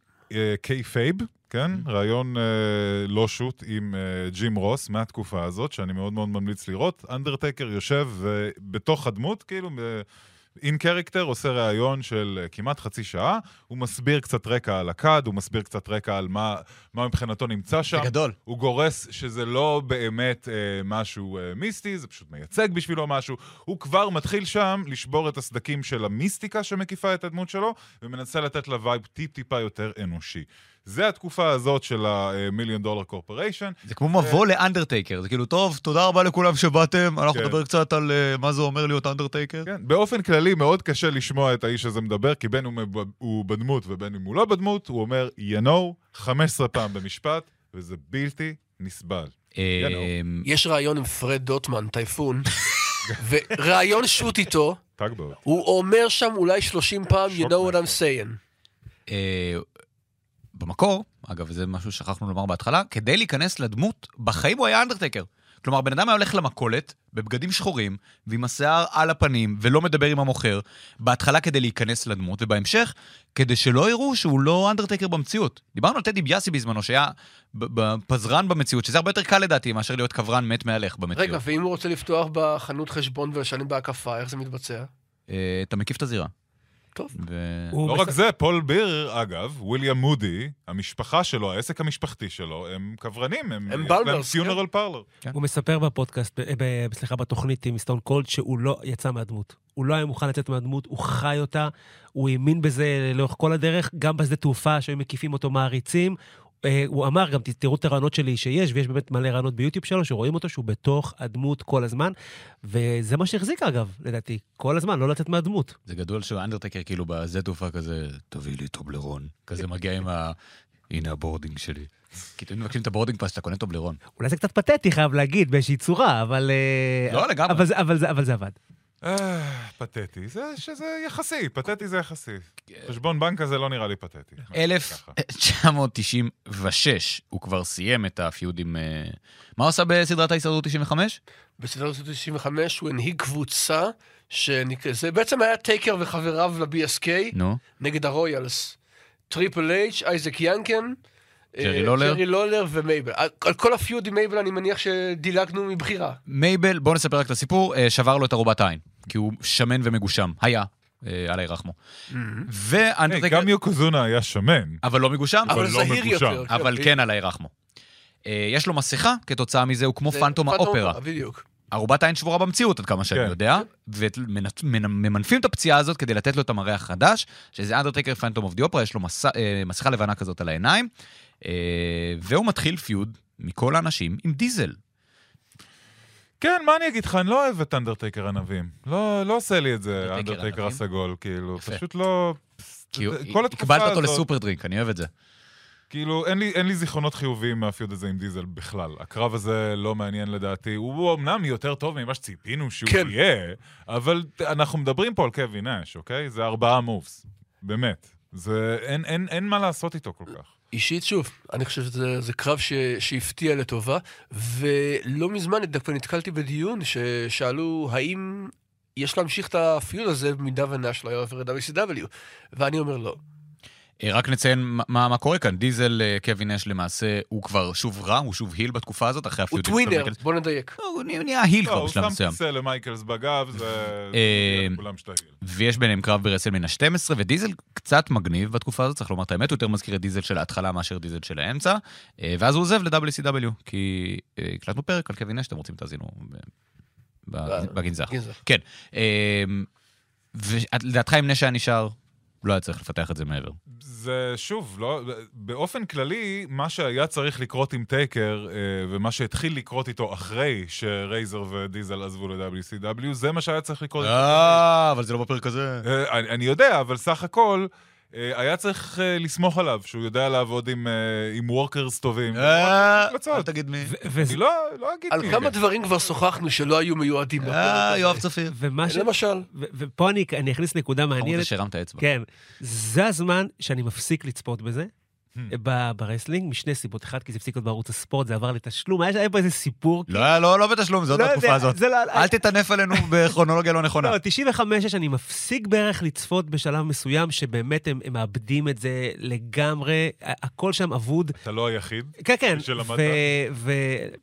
קיי-פייב, כן? ראיון אה, לא שוט עם אה, ג'ים רוס מהתקופה הזאת, שאני מאוד מאוד ממליץ לראות. אנדרטקר יושב אה, בתוך הדמות, כאילו... אה, אין קריקטר עושה ראיון של אה, כמעט חצי שעה, הוא מסביר קצת רקע על הכד, הוא מסביר קצת רקע על מה, מה מבחינתו נמצא שם. גדול. הוא גורס שזה לא באמת אה, משהו אה, מיסטי, זה פשוט מייצג בשבילו משהו. הוא כבר מתחיל שם לשבור את הסדקים של המיסטיקה שמקיפה את הדמות שלו, ומנסה לתת לה וייב טיפ-טיפה יותר אנושי. זה התקופה הזאת של המיליון דולר קורפוריישן. זה אה. כמו מבוא לאנדרטייקר, זה כאילו, טוב, תודה רבה לכולם שבאתם, אנחנו כן. נדבר קצת על אה, מה זה אומר להיות אנדרטייקר. כן, באופן כללי מאוד קשה לשמוע את האיש הזה מדבר, כי בין אם הוא ב- הוא בדמות ובין אם הוא לא בדמות, הוא אומר you know 15 פעם במשפט, וזה בלתי נסבל. אה, כן, יש ראיון עם פרד דוטמן, טייפון, וראיון שוט איתו, תג בעוד. הוא אומר שם אולי 30 פעם, you שוק know what I'm saying. אה, במקור, אגב, זה משהו ששכחנו לומר בהתחלה, כדי להיכנס לדמות, בחיים הוא היה אנדרטייקר. כלומר, בן אדם היה הולך למכולת, בבגדים שחורים, ועם השיער על הפנים, ולא מדבר עם המוכר, בהתחלה כדי להיכנס לדמות, ובהמשך, כדי שלא יראו שהוא לא אנדרטייקר במציאות. דיברנו על טדי ביאסי בזמנו, שהיה ב- ב- פזרן במציאות, שזה הרבה יותר קל לדעתי מאשר להיות קברן מת מהלך במציאות. רגע, ואם הוא רוצה לפתוח בחנות חשבון ולשלם בהקפה, איך זה מתבצע? אה, אתה מקיף את הזירה. טוב. ו- הוא לא מס- רק זה, פול ביר, אגב, וויליאם מודי, המשפחה שלו, העסק המשפחתי שלו, הם קברנים, הם, הם יש להם בלברס, פיונרל פרלר. הוא מספר בפודקאסט, ב- ב- סליחה, בתוכנית עם סטון קולד, שהוא לא יצא מהדמות. הוא לא היה מוכן לצאת מהדמות, הוא חי אותה, הוא האמין בזה לאורך כל הדרך, גם בשדה תעופה שהיו מקיפים אותו מעריצים. אה, הוא אמר גם, "ת- תראו את הרעיונות שלי שיש, ויש באמת מלא רעיונות ביוטיוב שלו, שרואים אותו שהוא בתוך הדמות כל הזמן, וזה מה שהחזיק אגב, לדעתי, כל הזמן, לא לצאת מהדמות. זה גדול שהאנדרטקר כאילו בשדה תעופה כזה, תביא לי טובלרון. כזה מגיע עם ה... הנה הבורדינג שלי. כי תמיד מבקשים את הבורדינג פס, אתה קונה טובלרון. אולי זה קצת פתטי, חייב להגיד, באיזושהי צורה, אבל... אה, לא, לגמרי. אבל זה- אבל זה- אבל זה עבד. אה, פתטי, זה שזה יחסי, פתטי זה יחסי. כן. חשבון בנק הזה לא נראה לי פתטי. ככה. 1996, הוא כבר סיים את הפיוד עם... אה, מה הוא עשה בסדרת ההישרדות 95? בסדרת 95 הוא הנהיג קבוצה, שנקרא- זה בעצם היה טייקר וחבריו ל-BSK נו. נגד הרויאלס. טריפל אייץ', אייזק ינקן, ג'רי אה, לולר. ג'רי לולר ומייבל. על על כל הפיוד עם מייבל אני מניח שדילגנו מבחירה. מייבל, בואו נספר רק את הסיפור, אה, שבר לו את ארובת העין. כי הוא שמן ומגושם. היה, אה, עליי רחמו. היי, ואנדרטקר... Mm-hmm. אה, גם יוקוזונה היה שמן. אבל לא מגושם. אבל אבל לא זהיר מגושם. יותר. אבל כן עליי רחמו. אה, יש לו מסכה, כתוצאה מזה הוא כמו זה- פנטום האופרה. בדיוק. ארובת העין שבורה במציאות, עד כמה שאני כן. יודע, וממנפים את הפציעה הזאת כדי לתת לו את המראה החדש, שזה אנדרטקר פנטום אוף דיופרה, יש לו מסע- אה, מסכה לבנה כזאת על העיניים, אה, והוא מתחיל פיוד מכל האנשים עם דיזל. כן, מה אני אגיד לך, אני לא אוהב את אנדרטייקר ענבים. לא לא עושה לי את זה, אנדרטייקר אנדרטייקר ענבים? הסגול, כאילו, יפה. פשוט לא... כי הוא- כל התקופה הקבלת אותו הזאת, לסופר דרינק, אני אוהב את זה. כאילו, אין לי- אין לי זיכרונות חיוביים מהפיוד הזה עם דיזל בכלל. הקרב הזה לא מעניין לדעתי. הוא אמנם יותר טוב ממה שציפינו שהוא כן. יהיה, אבל אנחנו מדברים פה על קווין אש, אוקיי? זה ארבעה מובס. באמת. זה... אין- אין- אין מה לעשות איתו כל כך. אישית, שוב, אני חושב שזה זה קרב ש, שהפתיע לטובה, ולא מזמן דווקא נתקלתי בדיון ששאלו האם יש להמשיך את הפיוד הזה במידה ונאש לא היה עובר את ה-WCW. ואני אומר לא. אה, רק נציין מה- מה מה קורה כאן. דיזל, אה, קווין אש למעשה, הוא כבר שוב רע, הוא שוב היל בתקופה הזאת, אחרי הוא הפיוט. טווינר, בוא נדייק. הוא נהיה- נהיה היל לא, כבר הוא בשלב שם מסוים. כיסא למייקלס בגב, זה... אה, כולם שתהיל. ויש ביניהם קרב ברסלמן ה-12, ודיזל קצת מגניב בתקופה הזאת, צריך לומר את האמת, הוא יותר מזכיר את דיזל של ההתחלה מאשר דיזל של האמצע, אה, ואז הוא עוזב ל-WCW, כי אה, הקלטנו פרק על קווין אש, אתם רוצים תאזינו ב- אה, בגנ- בגנזך. גנזך. כן. אה, ולדעתך אם נש היה נשאר, לא היה צריך לפתח את זה מעבר. זה שוב, לא, באופן כללי, מה שהיה צריך לקרות עם טייקר, אה, ומה שהתחיל לקרות איתו אחרי שרייזר ודיזל עזבו ל-WCW, זה מה שהיה צריך לקרות. אה, אבל זה לא בפרק הזה. אה, אני, אני יודע, אבל סך הכל, אה, היה צריך אה, לסמוך עליו, שהוא יודע לעבוד עם, אה, עם וורקרס טובים. אה, לצד. אל תגיד מי. אני לא, לא אגיד על מי. כמה דברים כבר שוחחנו שלא היו מיועדים אה, לפרק יואב הזה. צפיר. ומה ש... למשל, ו- ופה אני, אני אכניס נקודה אמרת מעניינת. שהרמת אצבע. כן. זה הזמן שאני מפסיק לצפות בזה, Hmm. ב- ברסלינג, משני סיבות. אחת, כי זה הפסיק להיות בערוץ הספורט, זה עבר לתשלום, היה היה פה איזה סיפור. לא, היה- לא, לא בתשלום, זה עוד לא בתקופה יודע, הזאת. זה לא... אל תטנף עלינו בכרונולוגיה לא נכונה. לא, 95 שאני מפסיק בערך לצפות בשלב מסוים, שבאמת הם הם מאבדים את זה לגמרי, ה- הכל שם אבוד. אתה לא היחיד. כן, כן. שלמדת.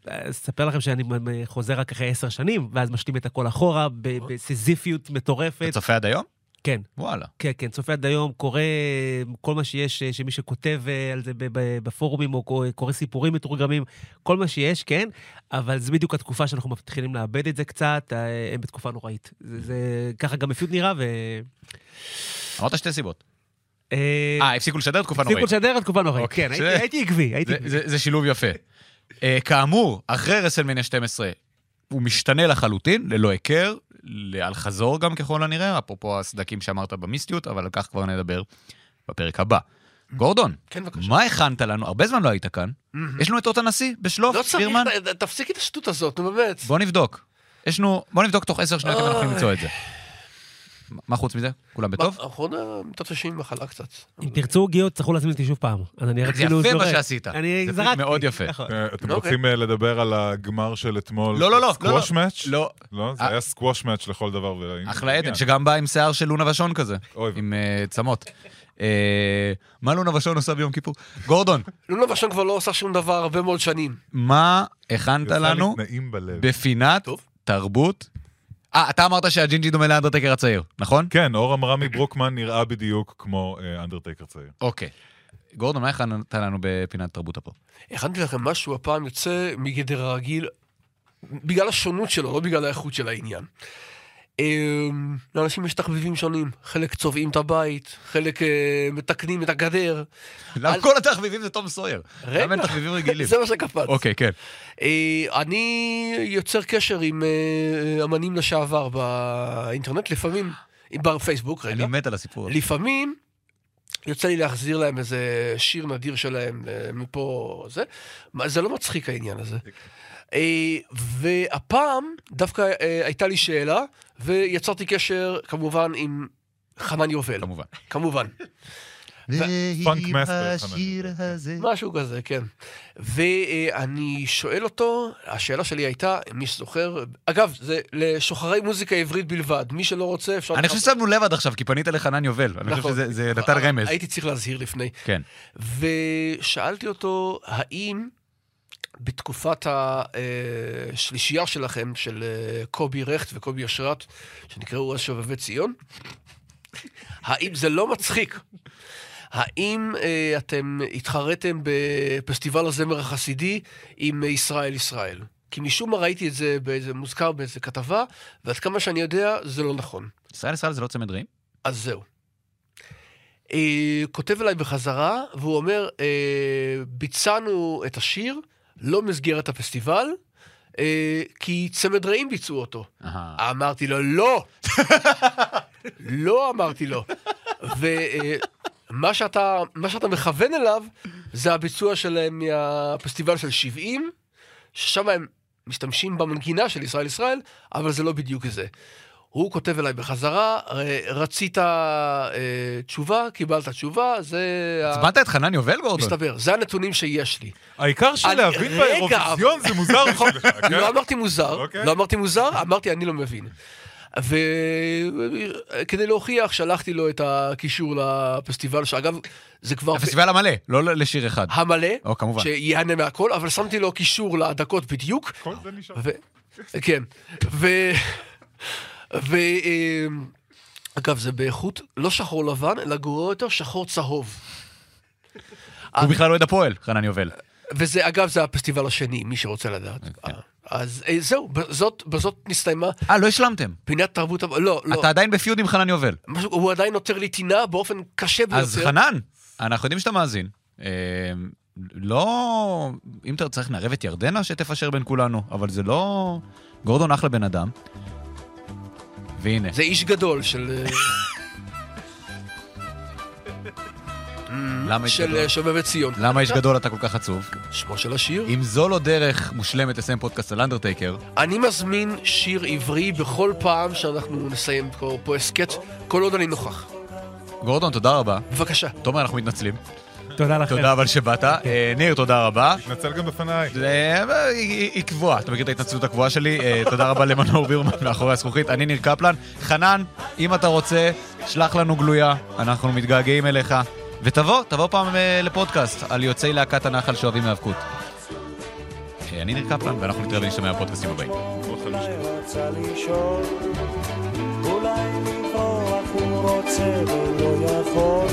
ואספר לכם שאני מ- חוזר רק אחרי עשר שנים, ואז משלים את הכל אחורה, ב- בסיזיפיות מטורפת. נכון. אתה צופה עד היום? כן, וואלה. כן, כן, צופה עד היום, קורא כל מה שיש, אה, שמי שכותב אה, על זה ב- ב- בפורומים, או קורא- קורא סיפורים מתורגמים, כל מה שיש, כן, אבל זו בדיוק התקופה שאנחנו מתחילים לאבד את זה קצת, אה, הם בתקופה נוראית. זה, זה ככה גם אפיוט נראה, ו... אמרת שתי סיבות. אה, אה, הפסיקו לשדר תקופה הפסיקו נוראית. לשדר תקופה נוראית, אוקיי, כן, זה- הייתי- הייתי עקבי, הייתי זה- עקבי. זה זה שילוב יפה. אה, כאמור, אחרי רסלמניה 12 הוא משתנה לחלוטין, ללא היכר, לאל חזור גם ככל הנראה, אפרופו הסדקים שאמרת במיסטיות, אבל על כך כבר נדבר בפרק הבא. גורדון, כן, בבקשה. מה הכנת לנו? הרבה זמן לא היית כאן. יש לנו את אות הנשיא בשלוף, לא צריך, בירמן. תפסיק את השטות הזאת, נו באמת. בוא נבדוק. יש לנו, בוא נבדוק תוך עשר שניות אם אנחנו יכולים למצוא את זה. מה חוץ מזה? כולם בטוב? אנחנו מתוצשים מחלה קצת. אם תרצו גיאו, תצטרכו להזמין אותי שוב פעם. אז אני רק זה כאילו יפה מה זורק. שעשית. אני זה זרקתי. מאוד יפה. נכון. אה, אתם אוקיי. רוצים אה, לדבר על הגמר של אתמול? לא, לא, לא, סקווש לא, לא. מאץ'? לא. לא, זה אה. היה סקווש מאץ' לכל דבר. כן, והנה, אחלה הנה. עדן, שגם בא עם שיער של לונה ושון כזה, אוי. עם אה, צמות. אה, מה לונה ושון עושה ביום כיפור? גורדון, לונה ושון כבר לא עושה שום דבר הרבה מאוד שנים. מה הכנת יצא לי לנו נעים בלב. בפינת טוב. תרבות? אה, אתה אמרת שהג'ינג'י דומה לאנדרטקר הצעיר, נכון? כן, אור אמרה מברוקמן נראה בדיוק כמו אה, אנדרטייקר צעיר. אוקיי. גורדון, מה הכנת לנו בפינת תרבות הפועל? הכנתי לכם משהו הפעם יוצא מגדר הרגיל, בגלל השונות שלו, לא בגלל האיכות של העניין. אמ, לאנשים יש תחביבים שונים, חלק צובעים את הבית, חלק אה, מתקנים את הגדר. למה אז- כל התחביבים זה תום סויר? רגע. למה אין תחביבים רגילים? זה מה שקפץ. אוקיי, כן. אה, אני יוצר קשר עם אה, אמנים לשעבר באינטרנט, לפעמים, בפייסבוק, רגע. אני מת על הסיפור הזה. לפעמים יוצא לי להחזיר להם איזה שיר נדיר שלהם אה, מפה, זה. מה, זה לא מצחיק העניין הזה. אוקיי. אה, והפעם דווקא אה, הייתה לי שאלה, ויצרתי קשר כמובן עם חנן יובל, כמובן. כמובן. פאנק מאסטר. חנן. משהו כזה, כן. ואני שואל אותו, השאלה שלי הייתה, מי שזוכר, אגב, זה לשוחרי מוזיקה עברית בלבד, מי שלא רוצה אפשר... אני חושב ששמנו לב עד עכשיו, כי פנית לחנן יובל. אני חושב נכון. שזה זה נתן רמז. הייתי צריך להזהיר לפני. כן. ושאלתי אותו, האם בתקופת השלישייה שלכם, של אה, קובי רכט וקובי אשרת, שנקראו אז שובבי ציון, האם זה לא מצחיק? האם אה, אתם התחרתם בפסטיבל הזמר החסידי עם אה, ישראל ישראל? כי משום מה ראיתי את זה, באיזה, מוזכר באיזה כתבה, ועד כמה שאני יודע, זה לא נכון. ישראל ישראל זה לא צמד רעים? אז זהו. אה, כותב אליי בחזרה, והוא אומר, אה, ביצענו את השיר, לא במסגרת הפסטיבל, אה, כי צמד רעים ביצעו אותו. אהה. אמרתי לו, לא! לא אמרתי לו. ומה שאתה, מה שאתה מכוון אליו, זה הביצוע שלהם מהפסטיבל של 70, ששם הם משתמשים במנגינה של ישראל ישראל, אבל זה לא בדיוק זה. הוא כותב אליי בחזרה, "אה, רצית אה, תשובה, קיבלת תשובה, זה... ה- הצבנת את חנן יובל, גורדון? אה. מסתבר, זה הנתונים שיש לי. העיקר שלהבין אני- באירוויזיון זה מוזר בשבילך, כן? נכון. לא אמרתי מוזר, אוקיי. לא אמרתי מוזר, אמרתי אני לא מבין. וכדי להוכיח, שלחתי לו את הקישור לפסטיבל, שאגב, זה כבר... הפסטיבל המלא, לא ל- לשיר אחד. המלא, או, כמובן. שיהנה מהכל, אבל שמתי לו קישור לדקות בדיוק. כל זה נשאר. ו... כן. ו... ו... אמ, אגב, זה באיכות לא שחור לבן, אלא גרוע יותר שחור צהוב. הוא בכלל אוהד הפועל, חנן יובל. וזה, אגב, זה הפסטיבל השני, מי שרוצה לדעת. אוקיי. אה, אז אה, זהו, בזאת, בזאת נסתיימה אה, לא השלמתם. פינת תרבות... המ- לא, לא. אתה עדיין בפיוד עם חנן יובל. משהו, הוא עדיין נותר לי טינה באופן קשה ביותר. אז חנן, אנחנו יודעים שאתה מאזין. אה, לא... אם אתה צריך, נערב את ירדנה שתפשר בין כולנו, אבל זה לא... גורדון אחלה בן אדם. והנה. זה איש גדול של, למה איש של גדול? אה, שובב ציון. למה איש גדול אתה כל כך עצוב? שמו של השיר. אם זו לא דרך מושלמת לסיים פודקאסט על אנדרטייקר, אני מזמין שיר עברי בכל פעם שאנחנו נסיים פה, פה הסכת, כל עוד אני נוכח. גורדון, תודה רבה. בבקשה. תומר, אנחנו מתנצלים. תודה לכם. תודה אבל שבאת. אה, ניר, תודה רבה. התנצל גם בפניי. אה, היא היא- היא קבועה, אתה מכיר את ההתנצלות הקבועה שלי? אה, תודה רבה למנור בירמן מאחורי הזכוכית. אני ניר קפלן. חנן, אם אתה רוצה, שלח לנו גלויה, אנחנו מתגעגעים אליך. ותבוא, תבוא פעם אה, לפודקאסט על יוצאי להקת הנחל שאוהבים מאבקות. אה, אני ניר קפלן, ואנחנו נתראה ונשתמע בפודקאסטים הבאים. רוצה לישון, אולי לברוח הוא רוצה ולא יכול,